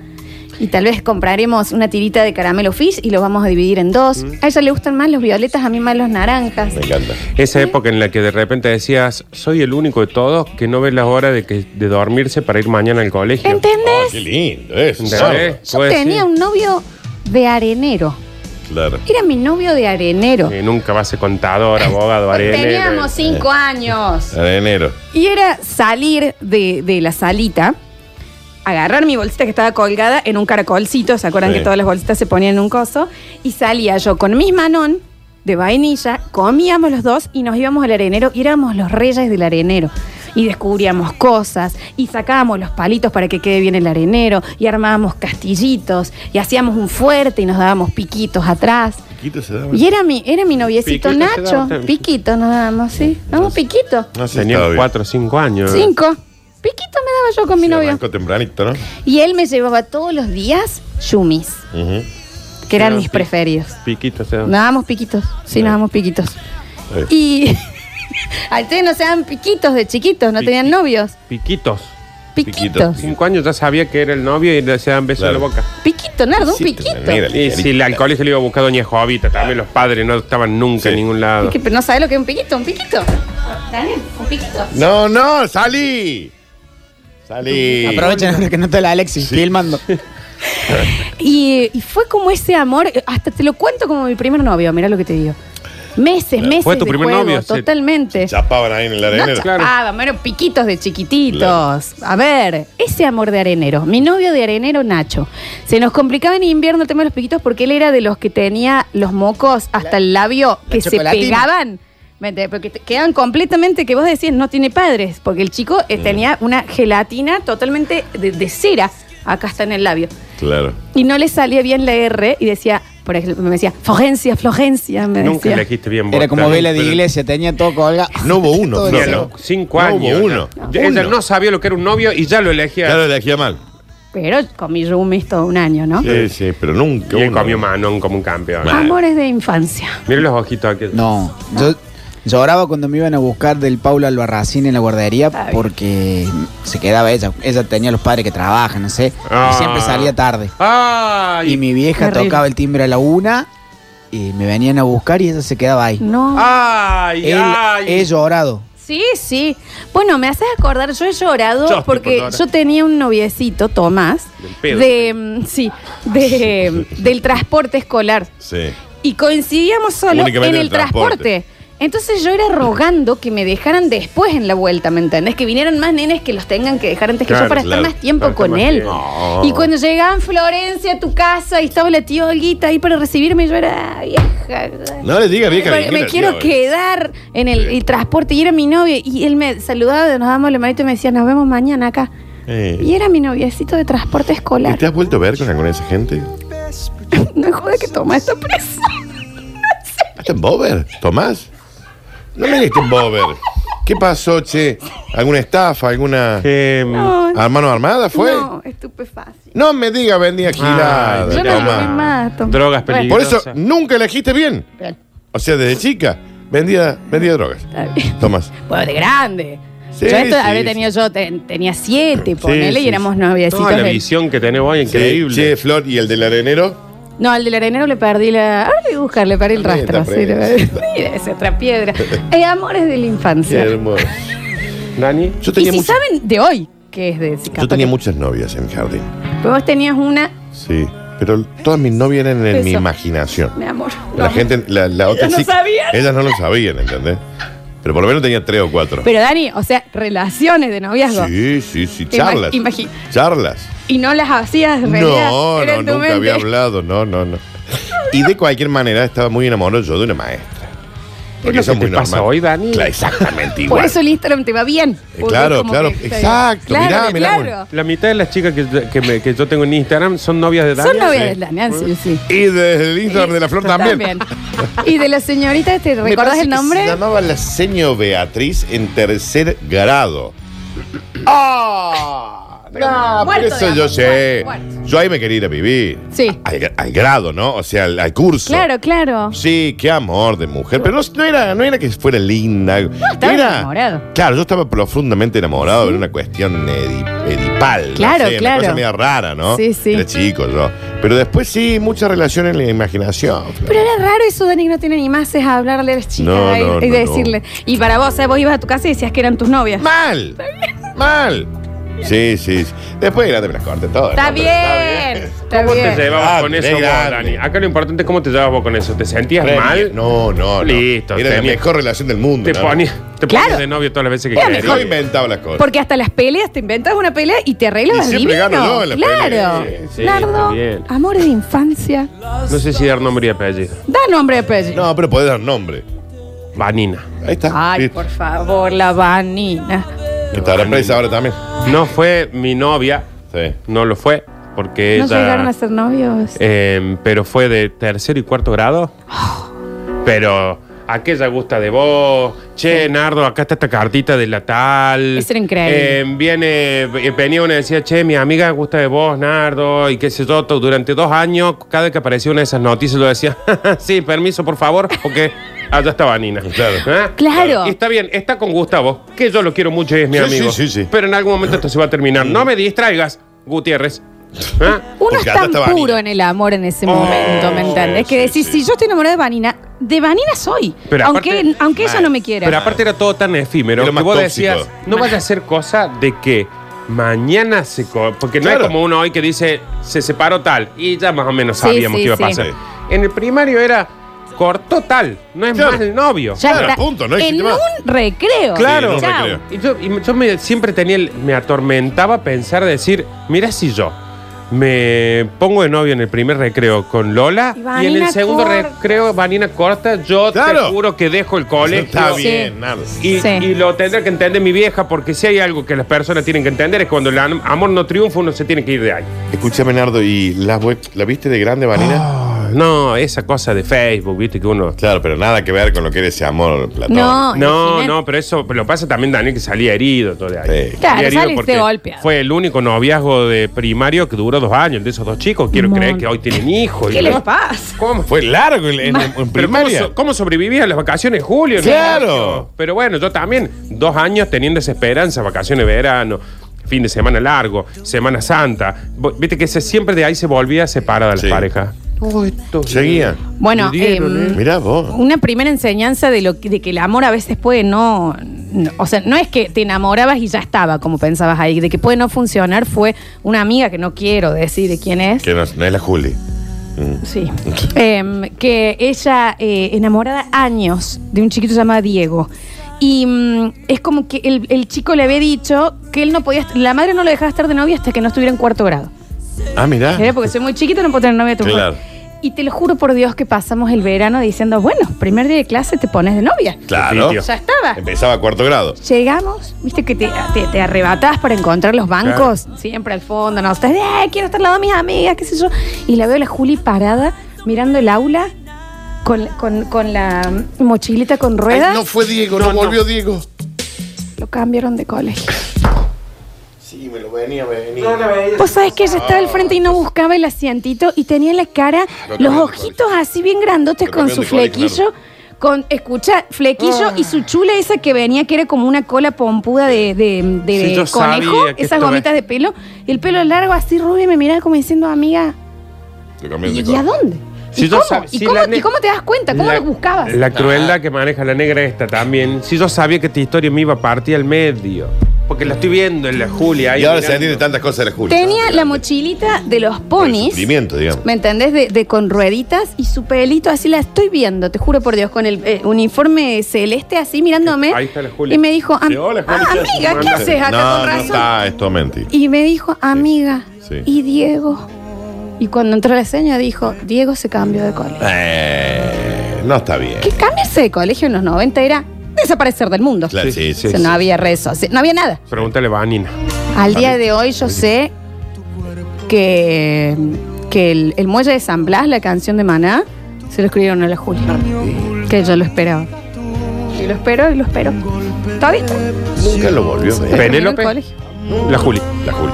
Speaker 3: Y tal vez compraremos una tirita de caramelo fish y lo vamos a dividir en dos.
Speaker 4: Mm.
Speaker 3: A ella le gustan más los violetas, a mí más los naranjas.
Speaker 2: encanta.
Speaker 4: Esa época en la que de repente decías, soy el único de todos que no ve la hora de, que, de dormirse para ir mañana al colegio.
Speaker 3: ¿Entendés?
Speaker 2: Qué lindo eso.
Speaker 4: ¿Entendés?
Speaker 3: Yo
Speaker 4: Ah, Puede
Speaker 3: tenía
Speaker 4: ser.
Speaker 3: un novio de arenero.
Speaker 2: Claro.
Speaker 3: Era mi novio de arenero.
Speaker 4: Que nunca va a ser contador, abogado, arenero. Eh.
Speaker 3: Teníamos cinco años.
Speaker 2: Arenero.
Speaker 3: Y era salir de, de la salita, agarrar mi bolsita que estaba colgada en un caracolcito, ¿se acuerdan
Speaker 13: Sí.
Speaker 3: que todas las bolsitas se ponían en un coso? Y salía yo con mis manón de vainilla, comíamos los dos y nos íbamos al arenero y éramos los reyes del arenero. Y descubríamos cosas y sacábamos los palitos para que quede bien el arenero y armábamos castillitos y hacíamos un fuerte y nos dábamos piquitos atrás.
Speaker 2: Quito se daba.
Speaker 3: Y era mi, era mi noviecito
Speaker 2: Piquito se daba
Speaker 3: Nacho.
Speaker 2: también.
Speaker 3: Piquito nos dábamos, sí. Damos piquito.
Speaker 2: No sé,
Speaker 4: Teníamos
Speaker 2: estaba bien.
Speaker 4: cuatro o cinco años.
Speaker 3: Cinco. Piquito me daba yo con mi novio.
Speaker 2: Arrancó tempranito, ¿no?
Speaker 3: Y él me llevaba todos los días yumis,
Speaker 2: Ujú.
Speaker 3: que eran
Speaker 4: Claro,
Speaker 3: mis
Speaker 4: sí.
Speaker 3: preferidos.
Speaker 4: Piquito, o sea.
Speaker 3: Nos dábamos piquitos, sí, nos dábamos piquitos. Y a ustedes no se dan piquitos de chiquitos, no
Speaker 4: Piqui-
Speaker 3: tenían novios.
Speaker 4: Piquitos.
Speaker 3: Piquitos.
Speaker 4: Cinco años ya sabía que era el novio y le daban besos en la boca.
Speaker 3: Piquito, Nardo, un piquito.
Speaker 4: Y si la- al colegio le iba a buscar Doña Jovita, también los padres no estaban nunca en ningún lado.
Speaker 3: Que- pero no sabe lo que es un piquito, un piquito. Daniel, un piquito.
Speaker 2: No, no, salí. Salí.
Speaker 13: Aprovechen ahora que no está la Alexis filmando.
Speaker 3: Y, y fue como ese amor, hasta te lo cuento como mi primer novio, mira lo que te digo. Meses, meses.
Speaker 4: Fue tu
Speaker 3: de
Speaker 4: primer
Speaker 3: juego,
Speaker 4: novio, sí.
Speaker 3: Totalmente.
Speaker 2: Chapaban ahí en el
Speaker 3: No
Speaker 2: arenero.
Speaker 3: chapaban, eran piquitos de chiquititos. A ver, ese amor de arenero. Mi novio de arenero, Nacho. Se nos complicaba en invierno el tema de los piquitos porque él era de los que tenía los mocos hasta el labio
Speaker 1: la
Speaker 3: que se
Speaker 1: chocolatina.
Speaker 3: pegaban. ¿Me entendés? Porque te- quedan completamente que vos decís no tiene padres, porque el chico eh,
Speaker 1: Mm.
Speaker 3: tenía una gelatina totalmente de, de cera acá está en el labio.
Speaker 2: Claro.
Speaker 3: Y no le salía bien la R y decía, por ejemplo, me decía, Florencia, Florencia, me
Speaker 4: Nunca
Speaker 3: decía.
Speaker 4: elegiste bien vos.
Speaker 13: Era como
Speaker 4: Dani,
Speaker 13: vela de
Speaker 4: pero-
Speaker 13: iglesia, tenía todo colgado.
Speaker 2: No hubo uno,
Speaker 13: Todo
Speaker 4: Ni a
Speaker 13: ese-
Speaker 4: los cinco
Speaker 2: No
Speaker 4: años.
Speaker 2: hubo uno.
Speaker 4: Ya- Ella no sabía lo que era un novio y ya lo elegía. Ya
Speaker 2: lo elegía mal.
Speaker 3: Pero con mi roomies todo un año, ¿no?
Speaker 2: Sí, sí, pero nunca.
Speaker 4: Y él comió Manon como un campeón.
Speaker 3: Amores de infancia.
Speaker 4: Miren los ojitos aquí.
Speaker 13: No, yo lloraba cuando me iban a buscar del Paula Albarracín en la guardería porque se quedaba ella. Ella tenía los padres que trabajan, no sé.
Speaker 4: Ah.
Speaker 13: Y siempre salía tarde.
Speaker 4: Ay.
Speaker 13: Y mi vieja
Speaker 4: Terrible.
Speaker 13: tocaba el timbre a la una y me venían a buscar y ella se quedaba ahí.
Speaker 3: No.
Speaker 4: Ay,
Speaker 13: Él, He llorado.
Speaker 3: Sí, sí. Bueno, me haces acordar, yo he llorado
Speaker 13: Yo estoy por
Speaker 3: porque
Speaker 13: llorar.
Speaker 3: yo tenía un noviecito, Tomás,
Speaker 2: Del pedo.
Speaker 3: de, mm, sí, de, del transporte escolar.
Speaker 2: Sí.
Speaker 3: Y coincidíamos solo en
Speaker 2: Únicamente en
Speaker 3: el
Speaker 2: el transporte.
Speaker 3: transporte. Entonces yo era rogando que me dejaran después en la vuelta, ¿me entendés? Que vinieran más nenes que los tengan que dejar antes que yo para estar más tiempo con él. Y cuando llegaban Florencia a tu casa y estaba la tía Olguita ahí para recibirme, yo era "Ah, vieja.
Speaker 2: No le diga vieja.
Speaker 3: Porque me quiero quedar en el, el transporte y era mi novio. Y él me saludaba, nos dábamos la manito y me decía, nos vemos mañana acá. Y era mi noviecito de transporte
Speaker 2: ¿Y
Speaker 3: escolar.
Speaker 2: Eh, te has vuelto a ver con alguna de esa gente?
Speaker 3: No es joda que toma esta presa.
Speaker 2: ¿Estás en Bober, Tomás? No me digas que en Bober. ¿Qué pasó, che? ¿Alguna estafa? ¿Alguna. ¿A mano armada fue? No,
Speaker 3: estupefacción.
Speaker 2: No me diga, vendía gilada,
Speaker 3: Yo no
Speaker 2: Tomás.
Speaker 3: tomé más, Tomás.
Speaker 4: Drogas
Speaker 3: Bueno.
Speaker 2: Por eso nunca elegiste bien. O sea, desde chica vendía, vendía drogas. Tomás.
Speaker 3: Bueno, de grande.
Speaker 2: Sí,
Speaker 3: yo esto
Speaker 2: sí,
Speaker 3: habré
Speaker 2: sí.
Speaker 3: tenido yo, ten- tenía siete, ponele,
Speaker 2: sí,
Speaker 3: y éramos
Speaker 2: sí.
Speaker 3: noviecitos.
Speaker 4: Toda la
Speaker 3: de-
Speaker 4: visión que tenés vos, increíble.
Speaker 2: Che, Flor, ¿y el del arenero?
Speaker 3: No, al del arenero le perdí la. Ahora le voy a buscar, le perdí el
Speaker 2: Está bien,
Speaker 3: rastro.
Speaker 2: está
Speaker 3: sí,
Speaker 2: bien.
Speaker 3: le perdí. Mira, es otra piedra. Eh, amores de la infancia.
Speaker 2: hermoso.
Speaker 4: Dani.
Speaker 2: Yo
Speaker 3: Y
Speaker 2: tenía,
Speaker 3: si
Speaker 2: muchas-
Speaker 3: saben de hoy que es de
Speaker 2: yo tenía muchas novias en mi jardín.
Speaker 3: Vos tenías una,
Speaker 2: Sí. Pero todas mis novias eran en mi
Speaker 3: Eso.
Speaker 2: imaginación.
Speaker 3: mi amor.
Speaker 2: La gente, la, la otra
Speaker 3: Ellas no
Speaker 2: sí-
Speaker 3: sabían.
Speaker 2: Ellas no lo sabían, ¿entendés? Pero por lo menos tenía tres o cuatro.
Speaker 3: Pero Dani, o sea, relaciones de noviazgo.
Speaker 2: Sí, sí, sí,
Speaker 3: Te ima-
Speaker 2: charlas.
Speaker 3: imagi-
Speaker 2: Charlas.
Speaker 3: Y no las hacías en realidad.
Speaker 2: No,
Speaker 3: era
Speaker 2: no,
Speaker 3: en tu
Speaker 2: nunca
Speaker 3: mente.
Speaker 2: había hablado, no, no, no. Y de cualquier manera estaba muy enamorado yo de una maestra. Porque
Speaker 4: Es
Speaker 2: eso
Speaker 4: lo
Speaker 2: es
Speaker 4: que
Speaker 2: muy
Speaker 4: te pasa
Speaker 2: normal.
Speaker 4: hoy, Dani.
Speaker 2: Claro, exactamente
Speaker 3: Por
Speaker 2: igual.
Speaker 3: eso el Instagram te va bien.
Speaker 2: Eh,
Speaker 3: Porque
Speaker 2: claro,
Speaker 3: es como
Speaker 2: claro,
Speaker 3: que-
Speaker 2: exacto,
Speaker 3: Claro,
Speaker 2: mirá, mirá,
Speaker 3: claro.
Speaker 2: bueno.
Speaker 4: La mitad de las chicas que, que, me- que yo tengo en Instagram son novias de Dani.
Speaker 3: Son novias de Dani, sí, sí.
Speaker 2: Y desde el Instagram de la Flor también.
Speaker 3: También. Y de la señorita, ¿te
Speaker 2: Me
Speaker 3: recordás
Speaker 2: parece
Speaker 3: el
Speaker 2: que
Speaker 3: nombre?
Speaker 2: Se llamaba la seño Beatriz en tercer grado. ¡Ah! No, por
Speaker 6: Muerto de
Speaker 2: eso
Speaker 6: amor,
Speaker 2: yo sé.
Speaker 6: muerto, muerto.
Speaker 2: Yo ahí me quería ir a vivir.
Speaker 3: Sí.
Speaker 2: Al, al grado, ¿no? O sea, al, al curso.
Speaker 3: Claro, claro.
Speaker 2: Sí, qué amor de mujer. Pero no, no era, no era que fuera linda.
Speaker 3: estaba
Speaker 2: era,
Speaker 3: enamorado.
Speaker 2: Claro, yo estaba profundamente enamorado. Era una cuestión edi- edipal. no
Speaker 3: Claro,
Speaker 2: sé, una
Speaker 3: claro.
Speaker 2: cosa media rara, ¿no?
Speaker 3: Sí, sí.
Speaker 2: Era chico yo. Pero después sí, mucha relación en la imaginación.
Speaker 3: Pero era raro eso, Dani, que no tiene ni más es hablarle a las chicas
Speaker 2: No,
Speaker 3: y,
Speaker 2: no,
Speaker 3: y
Speaker 2: no,
Speaker 3: decirle. Y para vos, ¿sabes? vos ibas a tu casa y decías que eran tus novias.
Speaker 2: ¡Mal! ¡Mal! Sí, sí. sí. Después de grande me las corté todo.
Speaker 3: Está
Speaker 2: ¿no?
Speaker 3: bien, está
Speaker 4: ¿Cómo te
Speaker 3: bien.
Speaker 4: llevabas
Speaker 2: Ah,
Speaker 4: con
Speaker 2: de
Speaker 4: eso vos,
Speaker 2: grande.
Speaker 4: Dani? Acá lo importante es cómo te llevabas vos con eso. ¿Te sentías
Speaker 2: Re
Speaker 4: mal?
Speaker 2: bien. No, no, no.
Speaker 4: Listo.
Speaker 2: Era la
Speaker 4: tenía-
Speaker 2: mejor relación del mundo.
Speaker 4: Te
Speaker 2: ¿no?
Speaker 4: ponías te ponías
Speaker 3: Claro.
Speaker 4: de novio todas las veces que
Speaker 3: Era
Speaker 4: querías.
Speaker 3: mejor.
Speaker 2: Yo inventaba las cosas.
Speaker 3: Porque hasta las peleas te inventas una pelea y te arreglas
Speaker 2: Y siempre
Speaker 3: divino.
Speaker 2: gano yo en la
Speaker 3: claro.
Speaker 4: pelea. Sí, sí, está
Speaker 3: Nardo,
Speaker 4: bien.
Speaker 3: amor de infancia.
Speaker 4: No sé si dar nombre y apellido.
Speaker 3: Da nombre de apellido.
Speaker 2: No, pero podés dar nombre.
Speaker 4: Vanina.
Speaker 2: Ahí está.
Speaker 3: Ay,
Speaker 2: Listo.
Speaker 3: por favor, la vanina.
Speaker 2: Estará presa ahora también.
Speaker 4: No fue mi novia. No lo fue. Porque
Speaker 3: ¿No
Speaker 4: ella.
Speaker 3: llegaron a ser novios?
Speaker 4: Eh, pero fue de tercero y cuarto grado. Pero aquella gusta de vos. Che, Nardo, acá está esta cartita de la tal.
Speaker 3: Eso era increíble.
Speaker 4: Eh, viene, venía una y decía, che, mi amiga gusta de vos, Nardo, y qué sé yo. todo- Durante dos años, cada vez que aparecía una de esas noticias, yo decía, sí, permiso, por favor, porque allá estaba Nina. Claro.
Speaker 3: Claro.
Speaker 4: Y está bien, está con Gustavo, que yo lo quiero mucho y es mi
Speaker 2: Sí,
Speaker 4: amigo.
Speaker 2: sí, sí, sí.
Speaker 4: Pero en algún momento esto se va a terminar. No me distraigas, Gutiérrez. ¿Ah?
Speaker 3: Uno es tan puro en el amor en
Speaker 4: Oh,
Speaker 3: ese momento, ¿me entendés? Que decís, si yo estoy enamorada de Vanina, de Vanina soy.
Speaker 4: Pero
Speaker 3: aunque
Speaker 4: aparte-
Speaker 3: aunque ella no me quiera.
Speaker 4: Pero aparte era todo tan efímero
Speaker 2: Era
Speaker 4: que
Speaker 2: más
Speaker 4: vos
Speaker 2: tóxico.
Speaker 4: decías, no vaya a ser cosa de que mañana se... co- porque no
Speaker 2: Claro.
Speaker 4: es como uno hoy que dice, se separó tal, y ya más o menos
Speaker 2: Sí,
Speaker 4: sabíamos
Speaker 2: sí,
Speaker 4: que iba a
Speaker 2: sí.
Speaker 4: pasar.
Speaker 2: Sí.
Speaker 4: En el primario era, cortó tal. No es más el novio.
Speaker 3: Ya está. en un recreo.
Speaker 4: Claro.
Speaker 3: Chao.
Speaker 4: Y yo, y yo me- siempre tenía, el- me atormentaba pensar, decir, mira si yo me pongo de novio en el primer recreo con Lola
Speaker 3: Y
Speaker 4: y, en el
Speaker 3: Vanina
Speaker 4: segundo
Speaker 3: corta.
Speaker 4: recreo Vanina corta, yo
Speaker 2: Claro.
Speaker 4: te juro que dejo el colegio.
Speaker 2: Está bien, Sí. Nardo.
Speaker 4: Y,
Speaker 2: Sí.
Speaker 4: y lo tendrá que entender mi vieja, porque si hay algo que las personas tienen que entender es cuando el am- amor no triunfa, uno se tiene que ir de ahí.
Speaker 2: Escúchame, Nardo, ¿y la, we- la viste de grande, Vanina?
Speaker 4: No, esa cosa de Facebook, viste que uno.
Speaker 2: Claro, pero nada que ver con lo que era ese amor platónico.
Speaker 3: No,
Speaker 4: No,
Speaker 3: imagínate.
Speaker 4: no, pero eso lo pasa también Daniel que salía herido todo de ahí. Salía
Speaker 3: Claro,
Speaker 4: herido
Speaker 3: saliste
Speaker 4: porque
Speaker 3: golpeado.
Speaker 4: Fue el único noviazgo de primario que duró dos años de esos dos chicos. Quiero
Speaker 3: Mon.
Speaker 4: creer que hoy tienen hijos.
Speaker 3: ¿Qué les pasa?
Speaker 2: Fue largo en, en- en
Speaker 4: Pero ¿cómo,
Speaker 2: primaria.
Speaker 4: so- cómo sobrevivían las vacaciones en julio? en
Speaker 2: Claro.
Speaker 4: julio? Pero bueno, yo también, dos años teniendo esa esperanza, vacaciones de verano, fin de semana largo, Semana Santa. Vo- Viste que se, siempre de ahí se volvía separada las parejas.
Speaker 2: Oh, Seguía.
Speaker 3: Bueno, em,
Speaker 2: Mirá vos.
Speaker 3: Una primera enseñanza de lo que- de que el amor a veces puede no, no- o sea, no es que te enamorabas y ya estaba como pensabas ahí, de que puede no funcionar fue una amiga que no quiero decir de quién es.
Speaker 2: Que no, no es la Juli.
Speaker 3: Sí. Em, que ella eh, enamorada años de un chiquito llamado Diego. Y mm, es como que el, el chico le había dicho que él no podía, est- la madre no lo dejaba estar de novia hasta que no estuviera en cuarto grado.
Speaker 2: Ah, mirá.
Speaker 3: Era porque soy muy chiquita, no puedo tener novia. tengo que-
Speaker 2: Claro.
Speaker 3: Y te lo juro por Dios que pasamos el verano diciendo, bueno, primer día de clase te pones de novia.
Speaker 2: Claro.
Speaker 3: Ya estaba.
Speaker 2: Empezaba cuarto grado.
Speaker 3: Llegamos, viste que te, te, te arrebatás para encontrar los bancos, siempre al fondo, no, estás, "Eh, quiero estar al lado de mis amigas, qué sé yo. Y la veo a la Juli parada, mirando el aula, con, con, con la mochilita con ruedas.
Speaker 2: Ay, no fue Diego, no, volvió Diego.
Speaker 3: Lo cambiaron de colegio.
Speaker 2: Sí, me lo venía, me venía.
Speaker 3: Vos sabés que ella estaba al frente y no buscaba el asientito y tenía en la cara
Speaker 2: Lo
Speaker 3: los
Speaker 2: cambiaron de
Speaker 3: ojitos así bien grandotes
Speaker 2: Lo
Speaker 3: con
Speaker 2: cambiaron
Speaker 3: su
Speaker 2: de colegio,
Speaker 3: flequillo. Con, escucha, flequillo y
Speaker 4: Ah.
Speaker 3: su chula esa que venía, que era como una cola pompuda de, de- de
Speaker 4: Sí, yo
Speaker 3: conejo,
Speaker 4: sabía que
Speaker 3: esas
Speaker 4: esto
Speaker 3: gomitas de
Speaker 4: es-
Speaker 3: pelo, y el pelo largo así rubio y me miraba como diciendo, amiga,
Speaker 2: Lo
Speaker 3: ¿y,
Speaker 2: cambiaron de
Speaker 3: y a
Speaker 2: color.
Speaker 3: dónde?
Speaker 4: Si
Speaker 3: ¿Y,
Speaker 4: yo
Speaker 3: cómo?
Speaker 4: sab-
Speaker 3: ¿Y,
Speaker 4: si
Speaker 3: cómo,
Speaker 4: la ne-
Speaker 3: y cómo te das cuenta? ¿Cómo
Speaker 4: la-
Speaker 3: lo buscabas?
Speaker 4: La crueldad que maneja la negra esta también. Si yo sabía que esta historia me iba a partir al medio. Porque la estoy viendo en la Julia.
Speaker 2: Y ahora se entiende tantas cosas de la Juli. Ah,
Speaker 3: Tenía la mochilita de los ponis.
Speaker 2: Sufrimiento, digamos.
Speaker 3: ¿Me entendés? De, de con rueditas y su pelito así la estoy viendo, te juro por Dios, con el eh, uniforme celeste así mirándome.
Speaker 2: Ahí está la Juli.
Speaker 3: Y me dijo, am-
Speaker 2: Sí, hola, Juli,
Speaker 3: "Ah,
Speaker 2: ¿qué haces?
Speaker 3: amiga, ¿qué haces acá
Speaker 2: no,
Speaker 3: con
Speaker 2: no
Speaker 3: razón?
Speaker 2: está, esto es mentira.
Speaker 3: Y me dijo, amiga,
Speaker 2: Sí.
Speaker 3: y Diego. Y cuando entró la seña dijo, Diego se cambió de colegio.
Speaker 2: Eh, no está bien.
Speaker 3: Que cambiarse de colegio en los 90 era desaparecer del mundo.
Speaker 4: Claro, sí, sí,
Speaker 3: O sea,
Speaker 4: sí.
Speaker 3: No había redes sociales, no había nada.
Speaker 4: Pregúntale a Vanina.
Speaker 3: Al día de hoy yo sé que, que el, el Muelle de San Blas, la canción de Maná, se lo escribieron a la Julia. Que yo lo esperaba. Y lo espero y lo espero. ¿Está bien?
Speaker 2: Nunca lo volvió a ver.
Speaker 4: Penélope. La Juli.
Speaker 2: La Juli.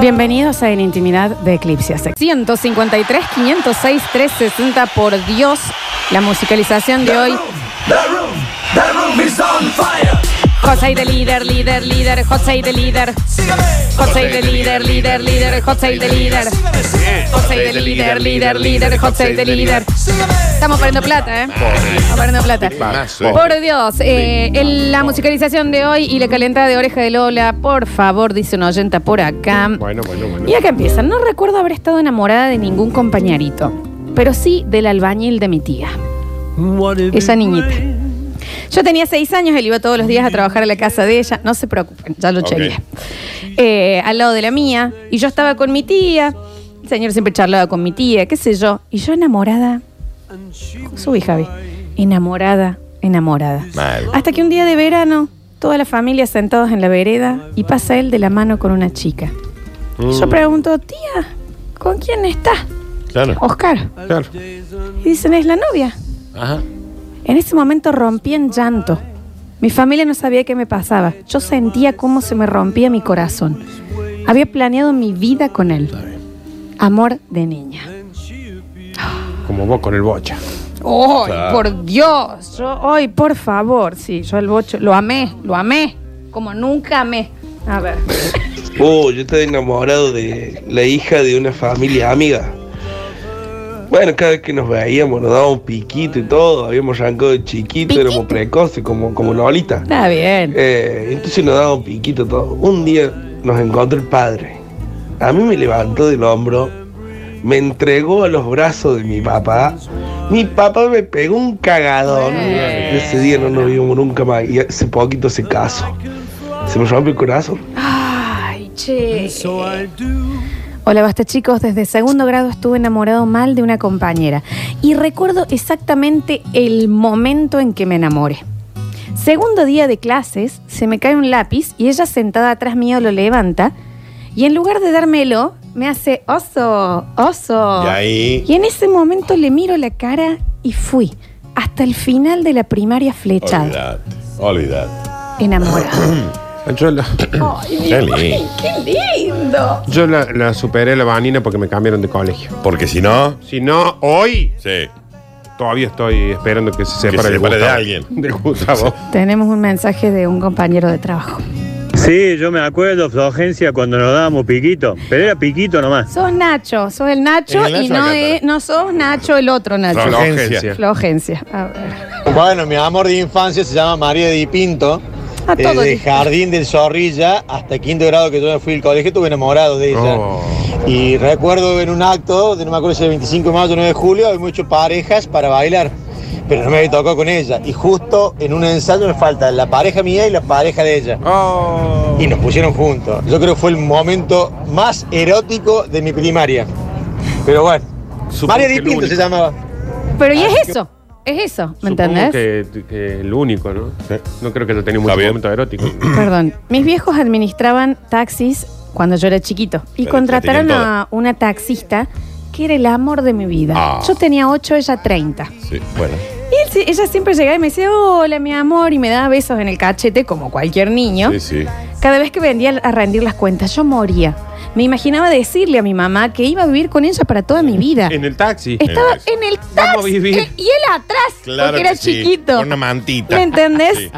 Speaker 3: Bienvenidos a En Intimidad de Eclipse. 153, 506, 360, por Dios. La musicalización de hoy. José de líder, líder, líder, José de líder. José de líder, líder, líder, José de líder. José de líder, líder, líder, José de líder. Estamos poniendo plata, ¿eh? Estamos poniendo plata. Por Dios, eh, el- la musicalización de hoy y la calentada de oreja de Lola, por favor, dice un oyenta por acá.
Speaker 4: Bueno, bueno, bueno.
Speaker 3: Y acá empieza. No recuerdo haber estado enamorada de ningún compañerito, pero sí del albañil de mi tía. Esa niñita. Yo tenía seis años, él iba todos los días a trabajar a la casa de ella. No se preocupen, ya lo
Speaker 14: Ok.
Speaker 3: chequeé. Eh, al lado de la mía. Y yo estaba con mi tía. El señor siempre charlaba con mi tía, qué sé yo. Y yo enamorada. Subí, Javi. Enamorada, enamorada.
Speaker 2: Mal.
Speaker 3: Hasta que un día de verano, toda la familia sentados en la vereda y pasa él de la mano con una chica. Yo pregunto, tía, ¿con quién está?
Speaker 2: Claro.
Speaker 3: Oscar.
Speaker 2: Claro.
Speaker 3: Y dicen, es la novia.
Speaker 2: Ajá.
Speaker 3: En ese momento rompí en llanto. Mi familia no sabía qué me pasaba. Yo sentía cómo se me rompía mi corazón. Había planeado mi vida con él. Amor de niña.
Speaker 4: Como vos con el bocha.
Speaker 3: ¡Ay, por Dios! Yo, ¡Ay, por favor! Sí, yo el bocho. Lo amé, lo amé. Como nunca amé. A ver.
Speaker 8: Oh, yo estaba enamorado de la hija de una familia amiga. Bueno, cada vez que nos veíamos nos dábamos piquito y todo, habíamos arrancado de chiquito, éramos precoces, como, como Lolita.
Speaker 3: Está bien.
Speaker 8: Eh, entonces nos dábamos piquito todo. Un día nos encontró el padre. A mí me levantó del hombro, me entregó a los brazos de mi papá. Mi papá me pegó un cagadón. Ese día no nos vimos nunca más. Y hace poquito se casó. Se me rompió el corazón.
Speaker 3: Ay, che. Hola, basta chicos. Desde segundo grado estuve enamorado mal de una compañera y recuerdo exactamente el momento en que me enamoré. Segundo día de clases, se me cae un lápiz y ella sentada atrás mío lo levanta y en lugar de dármelo, me hace oso, oso.
Speaker 2: Y ahí.
Speaker 3: Y en ese momento le miro la cara y fui hasta el final de la primaria flechada,
Speaker 2: Olvidate, olvidate.
Speaker 3: enamorada.
Speaker 4: Yo la,
Speaker 2: Qué lindo.
Speaker 3: ¡Qué lindo!
Speaker 4: yo la- la superé la vanina porque me cambiaron de colegio.
Speaker 2: Porque si no,
Speaker 4: Si no, hoy
Speaker 2: sí.
Speaker 4: todavía estoy esperando que se separe,
Speaker 2: se
Speaker 4: el
Speaker 2: separe de
Speaker 4: Gustavo.
Speaker 2: alguien.
Speaker 4: De Gustavo.
Speaker 3: Tenemos un mensaje de un compañero de trabajo.
Speaker 14: Sí, yo me acuerdo, Florencia, cuando nos dábamos piquito. Pero era piquito nomás.
Speaker 3: Sos Nacho, sos el Nacho,
Speaker 14: Es el Nacho de
Speaker 3: y no,
Speaker 14: Alcántara.
Speaker 3: es, no sos Nacho el otro Nacho.
Speaker 14: Flogencia.
Speaker 3: Flogencia. A ver.
Speaker 15: Bueno, mi amor de infancia se llama María Di Pinto.
Speaker 3: Ah,
Speaker 15: Eh,
Speaker 3: todo
Speaker 15: de
Speaker 3: distinto.
Speaker 15: jardín del Zorrilla hasta quinto grado que yo me fui al colegio, estuve enamorado de ella.
Speaker 4: Oh.
Speaker 15: Y recuerdo en un acto, de no me acuerdo si era el 25 de mayo o 9 de julio, había muchas parejas para bailar, pero no me había tocado con ella. Y justo en un ensayo me falta la pareja mía y la pareja de ella.
Speaker 4: Oh.
Speaker 15: Y nos pusieron juntos. Yo creo que fue el momento más erótico de mi primaria. Pero bueno, María
Speaker 4: que
Speaker 15: Di
Speaker 4: el
Speaker 15: Pinto se
Speaker 4: único.
Speaker 15: llamaba.
Speaker 3: Pero y es eso, es eso, ¿me entendés?
Speaker 4: Que, que el único, ¿no? No creo que yo tenía mucho momento erótico.
Speaker 3: Perdón. Mis viejos administraban taxis cuando yo era chiquito y
Speaker 4: Pero
Speaker 3: contrataron
Speaker 4: la tenían
Speaker 3: a una taxista que era el amor de mi vida.
Speaker 2: Ah.
Speaker 3: Yo tenía 8, ella 30.
Speaker 2: Sí, bueno.
Speaker 3: Y él se- ella siempre llegaba y me decía, hola, mi amor, y me daba besos en el cachete como cualquier niño.
Speaker 2: Sí, sí.
Speaker 3: Cada vez que vendía a rendir las cuentas, yo moría. Me imaginaba decirle a mi mamá que iba a vivir con ella para toda mi vida.
Speaker 4: En el taxi.
Speaker 3: Estaba en el
Speaker 4: Vamos a
Speaker 3: taxi
Speaker 4: vivir.
Speaker 3: eh, y él atrás, porque era
Speaker 2: que sí,
Speaker 3: chiquito.
Speaker 2: Con una mantita.
Speaker 3: ¿Me entendés?
Speaker 2: Sí.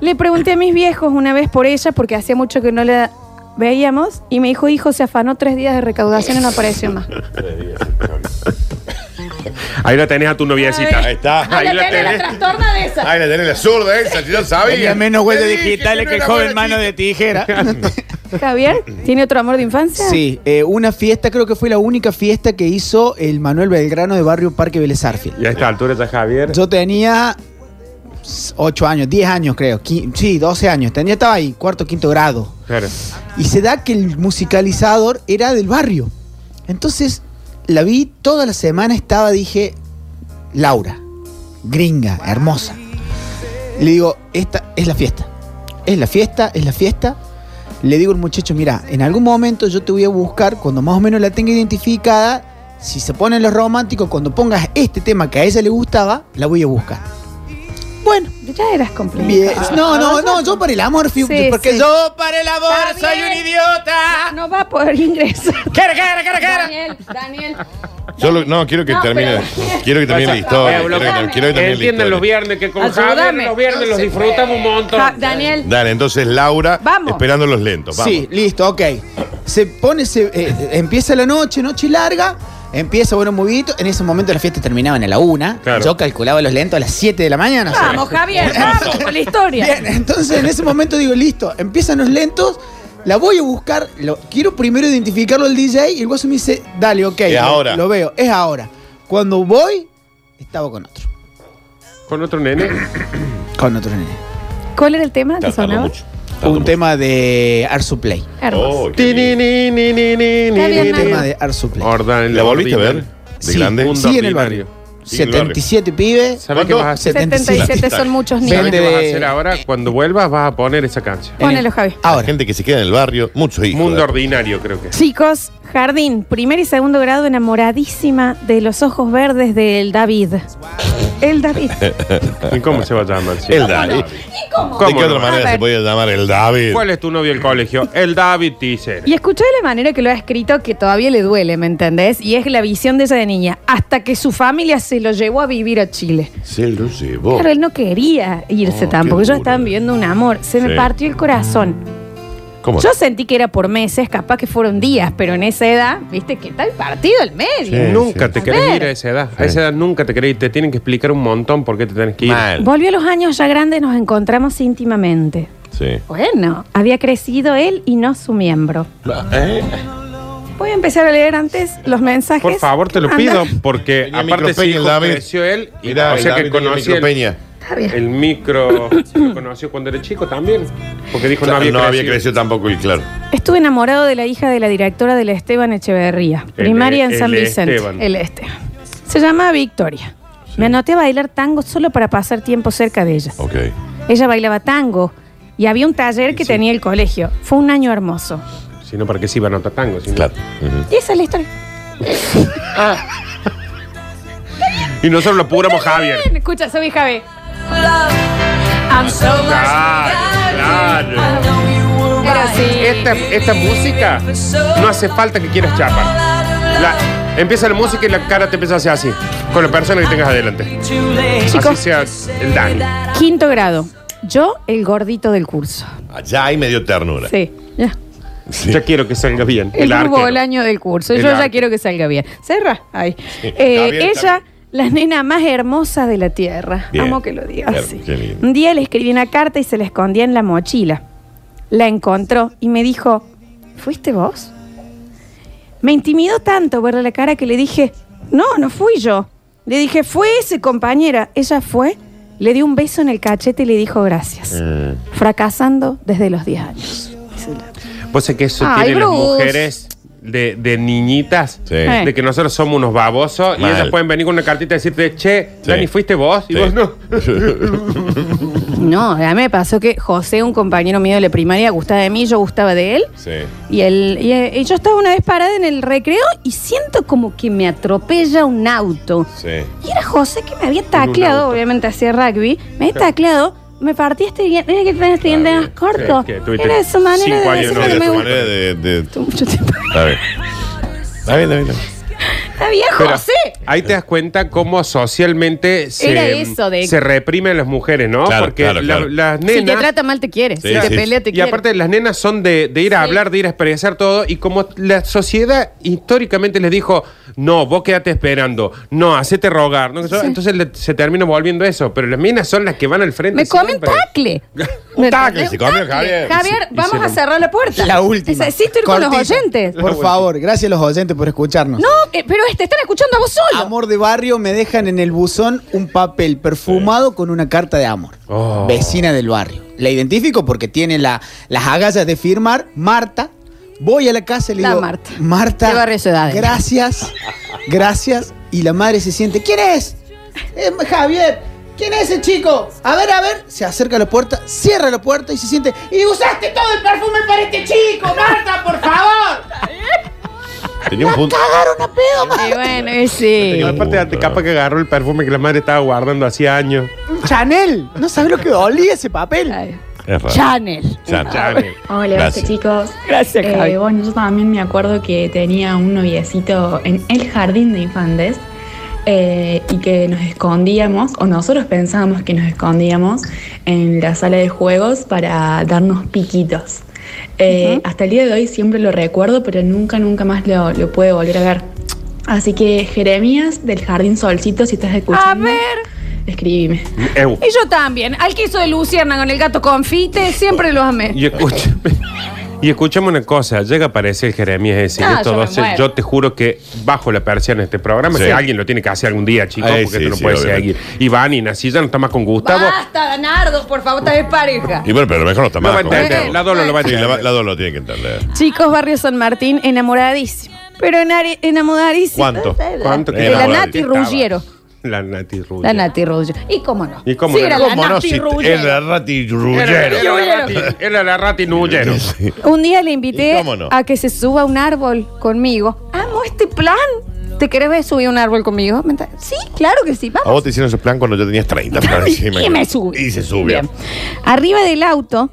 Speaker 3: Le pregunté a mis viejos una vez por ella, porque hacía mucho que no la veíamos, y me dijo, hijo, se afanó tres días de recaudación y no apareció más.
Speaker 4: Ahí la tenés a tu noviecita.
Speaker 2: Ahí está.
Speaker 3: Ahí la tenés, la trastorna de esa.
Speaker 2: Ahí la tenés la zurda esa, si yo sabía.
Speaker 13: Tenía menos huellas
Speaker 2: Te dije
Speaker 13: digitales
Speaker 2: no
Speaker 13: que el
Speaker 2: era
Speaker 13: joven
Speaker 2: buena
Speaker 13: mano de tijera.
Speaker 3: Javier, ¿tiene otro amor de infancia?
Speaker 13: Sí, eh, una fiesta, creo que fue la única fiesta que hizo el Manuel Belgrano de Barrio Parque Vélez Arfield.
Speaker 4: Y a esta altura ya Javier.
Speaker 13: Yo tenía 8 años, 10 años creo, qui- sí, 12 años. Tenía, estaba ahí, cuarto, quinto grado.
Speaker 4: Claro.
Speaker 13: Y se da que el musicalizador era del barrio. Entonces, la vi toda la semana, estaba, dije, Laura, gringa, hermosa. Le digo, esta es la fiesta. Es la fiesta, es la fiesta. Le digo al muchacho, mira, en algún momento yo te voy a buscar, cuando más o menos la tenga identificada, si se ponen los románticos, cuando pongas este tema que a ella le gustaba, la voy a buscar. Bueno.
Speaker 3: Ya eras complicado.
Speaker 13: Bien. No, no, no, yo para el amor fui.
Speaker 3: Sí,
Speaker 13: porque
Speaker 3: sí.
Speaker 13: yo para el amor
Speaker 3: Está
Speaker 13: soy
Speaker 3: bien.
Speaker 13: un idiota.
Speaker 3: No va a poder ingresar.
Speaker 13: ¡Cara, cara, cara, cara!
Speaker 3: Daniel, Daniel.
Speaker 2: Yo lo- no, quiero que
Speaker 3: No,
Speaker 2: termine.
Speaker 3: pero-
Speaker 2: Quiero que termine la historia.
Speaker 4: Pablo,
Speaker 2: Quiero que, quiero que termine la
Speaker 4: Entienden los
Speaker 2: historia.
Speaker 4: viernes que con
Speaker 3: Ayúdame.
Speaker 4: Javier los viernes los disfrutamos un montón.
Speaker 3: Ja- Daniel.
Speaker 2: Dale, entonces Laura,
Speaker 3: Vamos.
Speaker 2: esperando los lentos. Vamos.
Speaker 13: Sí, listo, ok. Se pone, se, eh, empieza la noche, noche larga, empieza bueno movidito. En ese momento la fiesta terminaba a la una. Yo calculaba los lentos a las 7 de la mañana. o sea.
Speaker 3: Vamos, Javier, vamos con la historia.
Speaker 13: Bien, entonces en ese momento digo, listo, empiezan los lentos. La voy a buscar, lo- quiero primero identificarlo al DJ y el guaso me dice, dale, ok,
Speaker 2: Es
Speaker 13: lo-
Speaker 2: ahora.
Speaker 13: lo veo, es ahora. Cuando voy, estaba con otro.
Speaker 4: Con otro nene.
Speaker 13: Con otro nene.
Speaker 3: ¿Cuál era el tema que sonaba?
Speaker 13: Un tema de Arsu Play.
Speaker 2: Oh,
Speaker 3: Hermoso. Está bien,
Speaker 13: Un
Speaker 3: Mario.
Speaker 13: tema de Arsu Play.
Speaker 4: Ordan-
Speaker 2: ¿La volviste a ver?
Speaker 4: ordinario.
Speaker 2: ¿De grande?
Speaker 4: Un
Speaker 13: Sí, en el
Speaker 4: ordinario.
Speaker 13: barrio.
Speaker 2: Sí, en el barrio.
Speaker 13: 77 pibes.
Speaker 4: ¿Sabes qué vas a hacer?
Speaker 3: 77 son muchos
Speaker 4: ¿Sabes
Speaker 3: niños.
Speaker 4: qué vas a hacer ahora? Cuando vuelvas vas a poner esa canción.
Speaker 3: Ponelo, Javi.
Speaker 13: Ahora.
Speaker 2: Gente que se queda en el barrio, muchos hijos.
Speaker 4: Mundo ordinario, creo que.
Speaker 3: Chicos, jardín, primer y segundo grado, enamoradísima de los ojos verdes del David. El David.
Speaker 4: ¿Y cómo se va a llamar? sí?
Speaker 2: El David.
Speaker 3: ¿Y cómo?
Speaker 2: ¿De qué otra manera se podía llamar el David?
Speaker 4: ¿Cuál es tu novio del colegio? El David Teaser.
Speaker 3: Y escuché de la manera que lo ha escrito que todavía le duele, ¿me entendés? Y es la visión de esa de niña. Hasta que su familia se lo llevó a vivir a Chile.
Speaker 2: Se lo
Speaker 4: Oh.
Speaker 2: llevó.
Speaker 3: Claro, él no quería irse
Speaker 2: Oh,
Speaker 3: tampoco.
Speaker 2: qué
Speaker 3: Ellos
Speaker 2: duro.
Speaker 3: estaban viviendo un amor. Se me
Speaker 2: Sí.
Speaker 3: partió el corazón.
Speaker 4: Mm,
Speaker 2: ¿Cómo?
Speaker 3: Yo sentí que era por meses, capaz que fueron días, pero en esa edad, viste, que está el partido al medio.
Speaker 4: nunca te
Speaker 3: A
Speaker 4: querés
Speaker 3: ver.
Speaker 4: ir a esa edad. A esa edad nunca te querés ir. Te tienen que explicar un montón por qué te tenés que ir.
Speaker 3: Volvió a los años ya grandes, nos encontramos íntimamente.
Speaker 2: Sí.
Speaker 4: Eh,
Speaker 3: Bueno, había crecido él y no su miembro. Voy a empezar a leer antes los mensajes.
Speaker 4: Por favor, te lo
Speaker 3: Anda.
Speaker 4: pido, porque
Speaker 2: Tenía
Speaker 4: aparte
Speaker 2: micropeña
Speaker 4: sí,
Speaker 2: el David.
Speaker 4: creció él. Y,
Speaker 2: Mirá,
Speaker 4: o sea
Speaker 2: el
Speaker 4: que
Speaker 2: David tenía
Speaker 4: conocí el,
Speaker 2: micropeña.
Speaker 4: el micro. lo conoció cuando era chico también. Porque dijo no
Speaker 2: Claro,
Speaker 4: había
Speaker 2: no
Speaker 4: crecido.
Speaker 2: había crecido tampoco, y claro.
Speaker 3: Estuve enamorado de la hija de la directora de la Esteban Echeverría,
Speaker 2: El- e-
Speaker 3: primaria en
Speaker 2: el
Speaker 3: San Vicente.
Speaker 2: Esteban.
Speaker 3: El Esteban. Se llama Victoria. Me anoté a bailar tango solo para pasar tiempo cerca de ella.
Speaker 2: Ok.
Speaker 3: Ella bailaba tango y había un taller que tenía el colegio. Fue un año hermoso.
Speaker 4: Si no, ¿para qué se iban a notar tango? Claro.
Speaker 3: Y esa es la historia.
Speaker 4: Y nosotros lo apuramos Javier.
Speaker 3: Bien, Escucha, soy Javi.
Speaker 4: Claro, Esta,
Speaker 2: Este-
Speaker 4: esta música no hace falta que quieras chapar. La- empieza la música y la cara te empieza a hacer así, con la persona que tengas adelante. Así
Speaker 3: Chicos.
Speaker 4: sea el Dani.
Speaker 3: Quinto grado. Yo, el gordito del curso.
Speaker 2: Allá ahí me dio ternura.
Speaker 3: Sí. ya.
Speaker 4: Yo quiero que salga bien.
Speaker 3: El,
Speaker 4: arco.
Speaker 3: grupo el año del curso.
Speaker 4: El
Speaker 3: Yo ya
Speaker 4: arquero.
Speaker 3: quiero que salga bien. Cerra. Ahí.
Speaker 2: Sí,
Speaker 3: Eh,
Speaker 2: está bien, está
Speaker 3: ella, la nena más hermosa de la tierra.
Speaker 2: Bien.
Speaker 3: Amo que lo diga
Speaker 2: Claro,
Speaker 3: así.
Speaker 2: qué lindo.
Speaker 3: Un día le escribí una carta y se la escondía en la mochila. La encontró y me dijo, ¿fuiste vos? Me intimidó tanto verle la cara que le dije, no, no fui yo. Le dije, fue ese compañera. Ella fue, le dio un beso en el cachete y le dijo gracias.
Speaker 2: Eh. Mm,
Speaker 3: Fracasando desde los 10 años.
Speaker 4: Vos sé que eso
Speaker 3: Ay,
Speaker 4: tienen las
Speaker 3: Bruce.
Speaker 4: mujeres de, de niñitas, de que nosotros somos unos babosos
Speaker 2: Mal.
Speaker 4: y ellas pueden venir con una cartita y decirte, che,
Speaker 2: Sí.
Speaker 4: Dani, ¿fuiste vos? Y
Speaker 2: Sí.
Speaker 4: vos no.
Speaker 3: No, a mí me pasó que José, un compañero mío de la primaria, gustaba de mí, yo gustaba de él.
Speaker 2: Sí.
Speaker 3: Y, él, y, eh, y yo estaba una vez parada en el recreo y siento como que me atropella un auto.
Speaker 2: Sí.
Speaker 3: Y era José que me había
Speaker 2: auto.
Speaker 3: tacleado, obviamente hacía rugby, me había
Speaker 2: Claro.
Speaker 3: tacleado, me partí este bien, era que tenés este más corto.
Speaker 2: Sí, que tuviste
Speaker 3: Era de su manera
Speaker 2: cinco
Speaker 3: de
Speaker 2: años,
Speaker 3: decirme
Speaker 2: no,
Speaker 3: que
Speaker 2: de
Speaker 3: me
Speaker 2: su
Speaker 3: gusta.
Speaker 2: manera de- de-
Speaker 3: mucho tiempo.
Speaker 2: Está bien. Está bien, está bien, está bien.
Speaker 3: Está bien,
Speaker 4: Pero
Speaker 3: José.
Speaker 4: ahí te das cuenta cómo socialmente se,
Speaker 3: Era eso de-
Speaker 4: se reprimen las mujeres, ¿no?
Speaker 2: Claro,
Speaker 4: Porque
Speaker 2: claro,
Speaker 4: la-
Speaker 2: claro.
Speaker 4: las
Speaker 3: Si te
Speaker 4: nenas.
Speaker 3: trata mal te quiere, si
Speaker 4: Sí,
Speaker 3: te
Speaker 4: sí.
Speaker 3: pelea te
Speaker 4: y
Speaker 3: quiere.
Speaker 4: aparte las nenas son de, de ir a hablar, de ir a expresar todo, y como la sociedad históricamente les dijo, no, vos quédate esperando, no, hacete rogar, ¿no? entonces le- se termina volviendo eso, pero las minas son las que van al frente.
Speaker 3: me come un
Speaker 4: siempre.
Speaker 3: tacle.
Speaker 2: Un tacle, se comió Javier.
Speaker 3: Javier,
Speaker 2: Y- y
Speaker 3: vamos
Speaker 2: se
Speaker 3: a
Speaker 2: lo-
Speaker 3: cerrar la puerta.
Speaker 13: La última.
Speaker 3: Necesito ir con los
Speaker 13: Cortita.
Speaker 3: oyentes.
Speaker 13: Por favor, gracias a los oyentes por escucharnos.
Speaker 3: No, eh, pero te están escuchando a vos solo.
Speaker 13: Amor de barrio, me dejan en el buzón un papel perfumado con una carta de amor. Vecina del barrio. La identifico porque tiene la- las agallas de firmar Marta. Voy a la casa y le
Speaker 3: La
Speaker 13: digo,
Speaker 3: Marta.
Speaker 13: Marta,
Speaker 3: De Barrio ¿eh? Ciudad.
Speaker 13: gracias, gracias. Y la madre se siente, ¿quién es? "Eh, Javier, ¿quién es ese chico? A ver, a ver. Se acerca a la puerta, cierra la puerta y se siente, y usaste todo el perfume para este chico, Marta, por favor.
Speaker 2: Tenía un punto.
Speaker 13: Cagaron a pedo, Marta.
Speaker 3: Y bueno, eh, sí.
Speaker 4: Y aparte, date capa que agarró el perfume que la madre estaba guardando hacía años.
Speaker 13: Chanel, no sabes lo que dolía ese papel.
Speaker 2: Es raro.
Speaker 3: Chanel.
Speaker 2: Chanel.
Speaker 16: Hola,
Speaker 2: Gracias.
Speaker 16: basta, chicos.
Speaker 3: Gracias,
Speaker 16: Eh,
Speaker 3: Javi.
Speaker 16: bueno, yo también me acuerdo que tenía un noviecito en el jardín de infantes eh, y que nos escondíamos, o nosotros pensábamos que nos escondíamos, en la sala de juegos para darnos piquitos. Eh, Hasta el día de hoy siempre lo recuerdo, pero nunca, nunca más lo, lo pude volver a ver. Así que, Jeremías del Jardín Solcito, si estás escuchando. A ver. Escribime.
Speaker 4: Eu.
Speaker 3: Y yo también. Al que hizo de Luciana con el gato confite, siempre los amé.
Speaker 4: Y escúchame. Y escúchame una cosa, llega a aparecer el Jeremías ese, y
Speaker 3: Ah,
Speaker 4: estos
Speaker 3: yo me
Speaker 4: dos,
Speaker 3: muero.
Speaker 4: yo te juro que bajo la persiana de este programa,
Speaker 2: Sí.
Speaker 4: que alguien lo tiene que hacer algún día, chicos,
Speaker 2: Ay,
Speaker 4: porque
Speaker 2: sí,
Speaker 4: esto no
Speaker 2: sí,
Speaker 4: puede
Speaker 2: obviamente.
Speaker 4: seguir. Y Vani, así ya no está más con Gustavo.
Speaker 3: Basta, Danardo, por favor, estás de pareja.
Speaker 2: Y bueno, pero a lo mejor no está
Speaker 4: No va a
Speaker 2: mal.
Speaker 4: entender, la Dolo lo va a entender.
Speaker 2: la, la Dolo tiene que entender.
Speaker 3: Chicos, Barrio San Martín, enamoradísimo. Pero enare- enamoradísimo.
Speaker 2: ¿Cuánto?
Speaker 4: ¿Cuánto
Speaker 2: Eh,
Speaker 3: De la Nati Ruggiero.
Speaker 4: La Nati Ruggiero.
Speaker 3: La Nati Ruggiero. ¿Y cómo no?
Speaker 4: ¿Y cómo
Speaker 3: Sí,
Speaker 4: no?
Speaker 3: era
Speaker 2: ¿Cómo
Speaker 3: la
Speaker 2: no?
Speaker 3: Nati
Speaker 2: Si
Speaker 3: Ruggiero.
Speaker 2: era Rati
Speaker 4: Era, era
Speaker 2: Ruggero.
Speaker 4: la rati- era la Rati Nullero.
Speaker 3: Un día le
Speaker 4: ¿Y
Speaker 3: invité
Speaker 4: cómo no?
Speaker 3: a que se suba a un árbol conmigo. Amo este plan. ¿Te querés ver subir a un árbol conmigo? ¿Me ent- Sí, claro que sí.
Speaker 2: A
Speaker 3: Vamos.
Speaker 2: vos te hicieron ese plan cuando yo tenías 30.
Speaker 3: Y me subí.
Speaker 2: Y se subió.
Speaker 3: Bien. Arriba del auto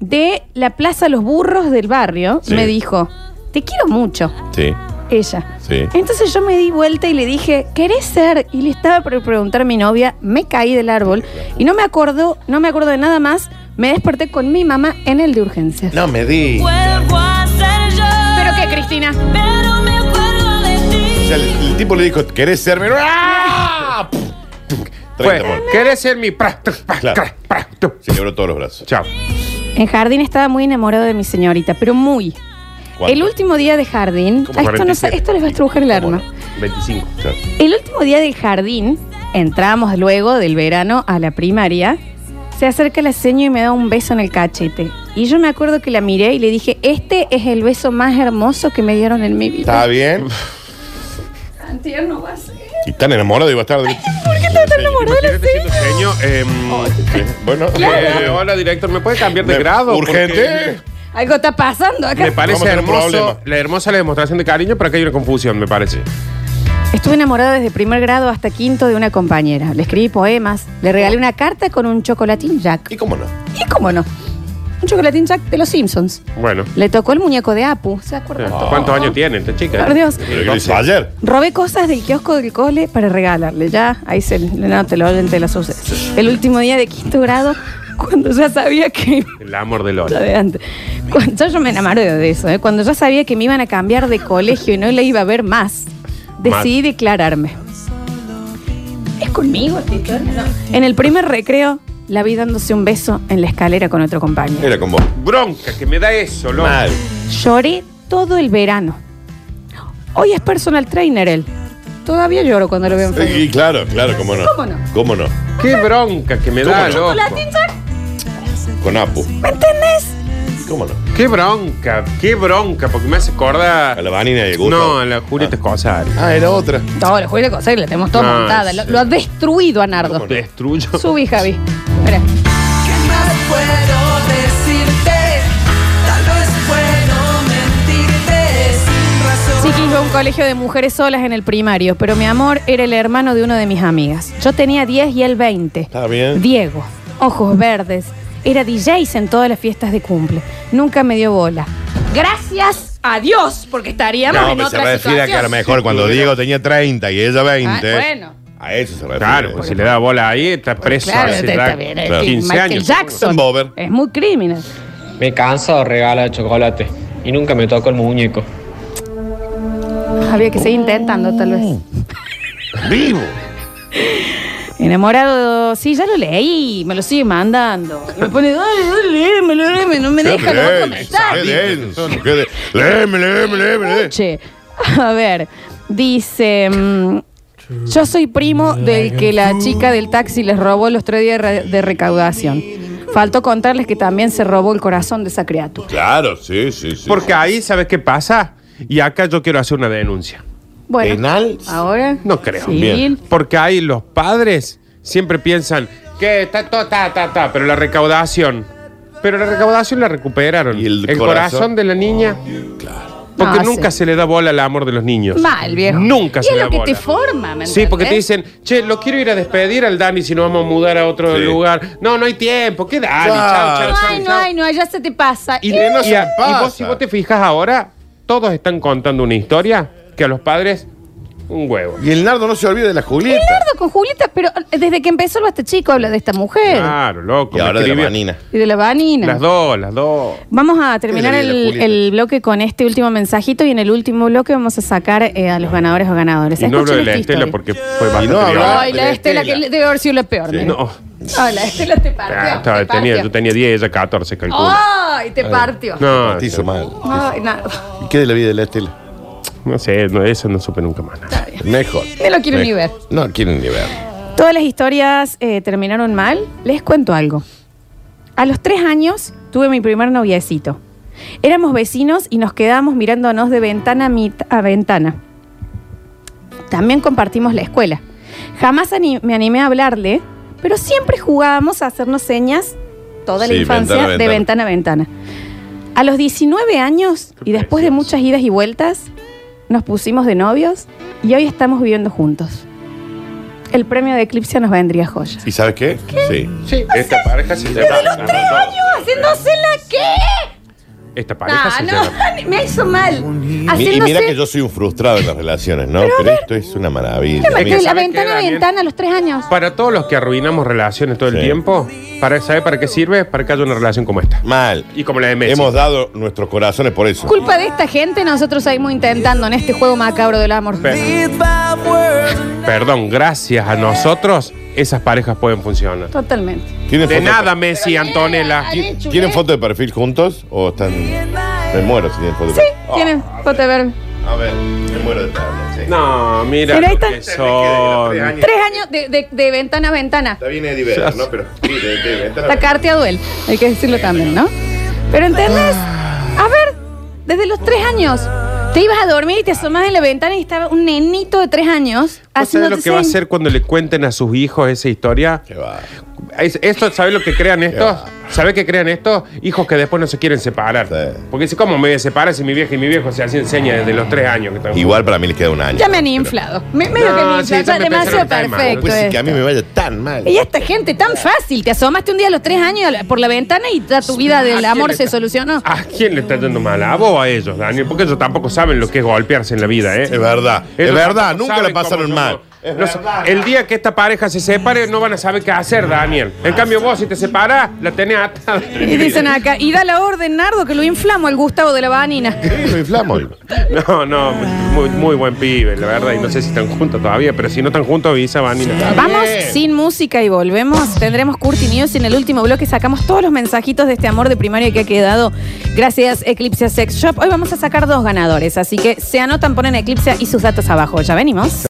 Speaker 3: de la Plaza Los Burros del barrio,
Speaker 2: Sí.
Speaker 3: me dijo, te quiero mucho,
Speaker 2: Sí,
Speaker 3: ella.
Speaker 2: sí.
Speaker 3: Entonces yo me di vuelta y le dije, ¿querés ser? Y le estaba por preguntar a mi novia, me caí del árbol y no me acuerdo, no me acuerdo de nada más. Me desperté con mi mamá en el de urgencias.
Speaker 2: No me di.
Speaker 3: ¿Pero qué, Cristina?
Speaker 2: O sea, el, el tipo le dijo, ¿querés ser mi... ¡Ah!
Speaker 4: Fue,
Speaker 2: 30 por-
Speaker 4: ¿Querés ser mi pra- tra- pra-
Speaker 2: Claro.
Speaker 4: tra-
Speaker 2: Se quebró todos los brazos.
Speaker 4: Chao.
Speaker 3: En jardín estaba muy enamorado de mi señorita, pero muy.
Speaker 2: ¿Cuánto?
Speaker 3: El último día de jardín.
Speaker 2: Como
Speaker 3: Ah, Esto, no sé,
Speaker 2: 47.
Speaker 3: esto les va a estrujar el arma.
Speaker 4: 25.
Speaker 3: El último día del jardín, entramos luego del verano a la primaria. Se acerca la seño y me da un beso en el cachete. Y yo me acuerdo que la miré y le dije, este es el beso más hermoso que me dieron en mi vida.
Speaker 2: ¿Está bien?
Speaker 3: Tan tierno va a ser.
Speaker 2: Y tan enamorado iba a estar.
Speaker 3: ¿Por qué estás tan enamorado de la seño?
Speaker 4: Señor, eh, eh, bueno,
Speaker 3: Claro.
Speaker 4: eh, hola director, ¿me puede cambiar de
Speaker 2: Me-
Speaker 4: grado?
Speaker 2: urgente.
Speaker 3: Algo está pasando
Speaker 4: Porque
Speaker 3: acá.
Speaker 4: Me parece
Speaker 2: Vamos a tener un
Speaker 4: hermoso,
Speaker 2: problema.
Speaker 4: la hermosa la demostración de cariño, pero acá hay una confusión, me parece.
Speaker 3: Estuve enamorada desde primer grado hasta quinto de una compañera. Le escribí poemas, le regalé una carta con un chocolatín Jack.
Speaker 2: ¿Y cómo no?
Speaker 3: ¿Y cómo no? Un chocolatín Jack de los Simpsons.
Speaker 4: Bueno. eh,
Speaker 3: Le tocó el muñeco de Apu, ¿se acuerdan?
Speaker 2: Ah.
Speaker 4: ¿Cuántos años tiene esta chica?
Speaker 3: Por Dios.
Speaker 2: Pero que lo hizo ayer.
Speaker 3: Robé cosas del kiosco del cole para regalarle. Ya, ahí se no, te lo oyen, te lo suce. El último día de quinto grado, cuando ya sabía que.
Speaker 4: El amor de
Speaker 3: Lo de
Speaker 4: Lola.
Speaker 3: antes. Cuando, yo me enamoré de eso, ¿eh? Cuando ya sabía que me iban a cambiar de colegio y no la iba a ver más, decidí declararme. ¿Es conmigo, Tito? En el primer recreo, la vi dándose un beso en la escalera con otro compañero.
Speaker 2: Era con vos.
Speaker 4: Bronca, que me da eso, Lola.
Speaker 2: Mal.
Speaker 3: Lloré todo el verano. Hoy es personal trainer él. Todavía lloro cuando lo veo en Facebook.
Speaker 2: Y claro, claro, cómo no.
Speaker 3: ¿Cómo no?
Speaker 2: ¿Cómo no?
Speaker 4: Qué bronca que me
Speaker 2: ¿Cómo
Speaker 4: da,
Speaker 2: no?
Speaker 4: loco.
Speaker 3: Chocolatín Jack,
Speaker 2: Con Apu.
Speaker 3: ¿me entendés?
Speaker 2: ¿Cómo no?
Speaker 4: Qué bronca, qué bronca, porque me hace acordar. A
Speaker 2: la Vanina y el Gusto.
Speaker 4: No, a la Julieta Escosario.
Speaker 2: Ah, era otra.
Speaker 3: No, lo juego de conseguir, la tenemos toda
Speaker 4: Ah,
Speaker 3: montada. Lo,
Speaker 4: sí.
Speaker 3: lo ha destruido a Nardo.
Speaker 4: Destruyo.
Speaker 3: Subí, Javi. Mira.
Speaker 17: más puedo decirte? Tal vez puedo mentirte sin razón.
Speaker 3: Sí que iba a un colegio de mujeres solas en el primario, pero mi amor era el hermano de una de mis amigas. Yo tenía 10 y él 20.
Speaker 2: Está bien.
Speaker 3: Diego, ojos verdes, era DJ en todas las fiestas de cumple. Nunca me dio bola. Gracias a Dios, porque estaríamos
Speaker 2: No,
Speaker 3: en
Speaker 2: pero se
Speaker 3: otra
Speaker 2: refiere a que a lo
Speaker 3: situación.
Speaker 2: mejor cuando Diego tenía 30 y ella 20.
Speaker 3: Ah, bueno.
Speaker 2: A eso se refiere.
Speaker 4: Claro, pues si le da bola ahí, está preso
Speaker 3: Pues Claro,
Speaker 4: hace
Speaker 3: está
Speaker 4: ya
Speaker 3: bien, es que
Speaker 4: 15
Speaker 3: Michael
Speaker 4: años.
Speaker 3: Jackson es muy criminal.
Speaker 18: Me cansa o regala de chocolate. Y nunca me toco el muñeco.
Speaker 3: Había que seguir intentando, tal vez.
Speaker 2: ¡Vivo!
Speaker 3: Enamorado, sí, ya lo leí, me lo sigue mandando. Y me pone, dale, dale, léeme, léeme, no me deja los otros mensajes.
Speaker 2: Léeme, léeme, léeme.
Speaker 4: eh.
Speaker 2: léeme.
Speaker 3: Che, a ver, dice. mm, yo soy primo del que la chica del taxi les robó los tres días re- de recaudación. Faltó contarles que también se robó el corazón de esa criatura.
Speaker 2: Claro, sí, sí, sí.
Speaker 4: Porque ahí, ¿sabes qué pasa? Y acá yo quiero hacer una denuncia.
Speaker 3: Bueno, ahora.
Speaker 4: No creo.
Speaker 3: Sí. Bien.
Speaker 4: Porque ahí los padres siempre piensan que ta, ta, ta, ta, ta, pero la recaudación. Pero la recaudación la recuperaron. el, corazón?
Speaker 2: corazón
Speaker 4: de la niña. Porque
Speaker 3: No,
Speaker 4: nunca
Speaker 3: Ah, sí.
Speaker 4: se le da bola al amor de los niños.
Speaker 3: Mal, viejo.
Speaker 4: Nunca
Speaker 3: y
Speaker 4: se
Speaker 3: es
Speaker 4: le da
Speaker 3: lo que
Speaker 4: bola.
Speaker 3: te forma, ¿me
Speaker 4: Sí, porque te
Speaker 3: entendés?
Speaker 4: dicen, che, lo quiero ir a despedir al Dani si nos vamos a mudar a otro lugar. No, no hay tiempo. ¿Qué Dani? Chao, chao,
Speaker 3: No
Speaker 4: chao,
Speaker 3: hay, no
Speaker 4: chao.
Speaker 3: hay, no hay, ya se te pasa.
Speaker 4: Y,
Speaker 3: Y-
Speaker 4: y- y vos, si vos te fijas ahora, todos están contando una historia que a los padres, un huevo.
Speaker 2: Y el nardo no se olvida de la Julieta.
Speaker 3: Nardo con Julieta, pero desde que empezó el Basta Chico habla de esta mujer
Speaker 4: Claro,
Speaker 2: Y
Speaker 4: loco. me
Speaker 2: ahora de la
Speaker 4: escribió.
Speaker 2: Vanina.
Speaker 3: y de la vanina.
Speaker 4: Las dos, las dos.
Speaker 3: Vamos a terminar
Speaker 4: Es la vida de la
Speaker 3: el,
Speaker 4: Julieta.
Speaker 3: el bloque con este último mensajito y en el último bloque vamos a sacar eh, a los ganadores o ganadoras.
Speaker 4: Y no hablo
Speaker 3: Escuchen
Speaker 4: de la
Speaker 3: esta
Speaker 4: Estela
Speaker 3: historia.
Speaker 4: porque fue bastante
Speaker 2: no
Speaker 4: violenta.
Speaker 3: Ay, la Estela, que debe haber sido la peor. mira.
Speaker 4: No,
Speaker 3: Ay, la Estela te
Speaker 4: ah,
Speaker 3: partió.
Speaker 4: estaba-
Speaker 3: te
Speaker 4: tenía, yo
Speaker 3: partió.
Speaker 4: tenía 10, ella 14, calculo.
Speaker 3: Ay, te partió.
Speaker 4: No,
Speaker 2: Te hizo mal.
Speaker 3: Ay, Nardo.
Speaker 2: Ah, ¿Y qué de la vida de la Estela?
Speaker 4: No sé, no, eso no supe nunca más.
Speaker 2: Mejor.
Speaker 3: Me lo quiero ni
Speaker 2: Mejor.
Speaker 3: ver.
Speaker 2: No quieren ni ver.
Speaker 3: Todas las historias eh, terminaron mal. Les cuento algo. A los tres años tuve mi primer noviecito. Éramos vecinos y nos quedábamos mirándonos de ventana a mit- a ventana. También compartimos la escuela. Jamás ani- me animé a hablarle, pero siempre jugábamos a hacernos señas toda la
Speaker 19: Sí,
Speaker 3: infancia
Speaker 19: ventana a
Speaker 3: de
Speaker 19: ventana.
Speaker 3: ventana a ventana. A los 19 años y después de muchas idas y vueltas, nos pusimos de novios y hoy estamos viviendo juntos. El premio de Eclipse nos vendría joya.
Speaker 2: ¿Y sabes qué? Sí.
Speaker 4: Sí. Esta pareja se
Speaker 3: Desde los tres años haciéndose la qué?
Speaker 4: Esta pareja
Speaker 3: Ah,
Speaker 4: se
Speaker 3: no,
Speaker 4: llama.
Speaker 3: me hizo mal. Ah,
Speaker 2: Mi- Y mira que
Speaker 3: Haciéndose
Speaker 2: yo soy un frustrado en las relaciones, ¿no?
Speaker 3: Pero
Speaker 2: Pero,
Speaker 3: a ver.
Speaker 2: esto es una maravilla.
Speaker 3: Espérame,
Speaker 2: Mira,
Speaker 3: que la
Speaker 2: ¿sabes
Speaker 3: ventana a
Speaker 2: qué, Daniel?
Speaker 3: ventana a los tres años.
Speaker 4: Para todos los que arruinamos relaciones todo el tiempo, para, ¿sabe para qué sirve? Para que haya una relación como esta.
Speaker 2: Mal.
Speaker 4: Y como la de Messi.
Speaker 2: Hemos dado nuestros corazones por eso.
Speaker 3: Culpa de esta gente, nosotros seguimos intentando en este juego macabro del amor.
Speaker 4: Pero- Perdón, gracias a nosotros, esas parejas pueden funcionar.
Speaker 3: Totalmente.
Speaker 2: ¿Tienen
Speaker 4: De
Speaker 2: foto-
Speaker 4: nada, Messi, Antonella.
Speaker 2: ¿Quieren foto de perfil juntos o están Me muero si tienen foto.
Speaker 3: Sí, tienen foto de verme.
Speaker 2: A ver, me muero de tarde. sí.
Speaker 4: No, mira.
Speaker 3: Pero ahí
Speaker 4: lo
Speaker 3: está.
Speaker 4: que son.
Speaker 3: Tres años de, de- de ventana a ventana.
Speaker 2: Está bien Eddie Vedder, ¿no? Pero sí, de, de, de- de-
Speaker 3: La carta duel, hay que decirlo también, ¿no? Pero ¿entendés? A ver, desde los tres años te ibas a dormir y te asomás en la ventana y estaba un nenito de tres años
Speaker 4: ¿Vos sabés
Speaker 3: haciendo
Speaker 4: lo que va a hacer cuando le cuenten a sus hijos esa historia? Es- esto, ¿Sabés lo que crean estos? ¿Sabés qué crean estos? Hijos que después no se quieren separar. Porque si ¿cómo me voy a separar si mi vieja y mi viejo se hacen señas desde los tres años? Que tengo?
Speaker 2: Igual para mí les queda un año.
Speaker 3: Ya me han inflado. Me- medio
Speaker 4: No,
Speaker 3: que me han
Speaker 4: sí,
Speaker 3: inflado.
Speaker 4: ya me
Speaker 3: demasiado
Speaker 4: pensaron que está mal.
Speaker 3: perfecto.
Speaker 2: Pues sí, que a mí
Speaker 3: esto.
Speaker 2: me vaya tan mal.
Speaker 3: Y esta gente tan fácil, te asomaste un día a los tres años por la ventana y ya tu
Speaker 4: ah,
Speaker 3: vida del amor se solucionó.
Speaker 4: ¿A quién le está yendo mal? ¿A vos o a ellos, Daniel? Porque ellos tampoco saben lo que es golpearse en la vida, ¿eh? Es
Speaker 2: verdad.
Speaker 4: Ellos
Speaker 2: Es verdad,
Speaker 4: tampoco
Speaker 2: nunca
Speaker 4: saben
Speaker 2: la pasaron
Speaker 4: cómo
Speaker 2: mal.
Speaker 4: somos. No sa- el día que esta pareja se separe, no van a saber qué hacer, Daniel. En cambio, vos, si te separás, la tenés atada.
Speaker 3: Y dicen acá, y da la orden, Nardo, que lo inflamo al Gustavo de la Banina.
Speaker 2: lo inflamo.
Speaker 4: No, no, muy, muy buen pibe, la verdad. Y no sé si están juntos todavía, pero si no están juntos, avisa, Vanina.
Speaker 3: Vamos sin música y volvemos. Tendremos Curti News y en el último bloque sacamos todos los mensajitos de este amor de primaria que ha quedado gracias Eclipse Sex Shop. Hoy vamos a sacar dos ganadores, así que se anotan, ponen Eclipse y sus datos abajo. Ya venimos.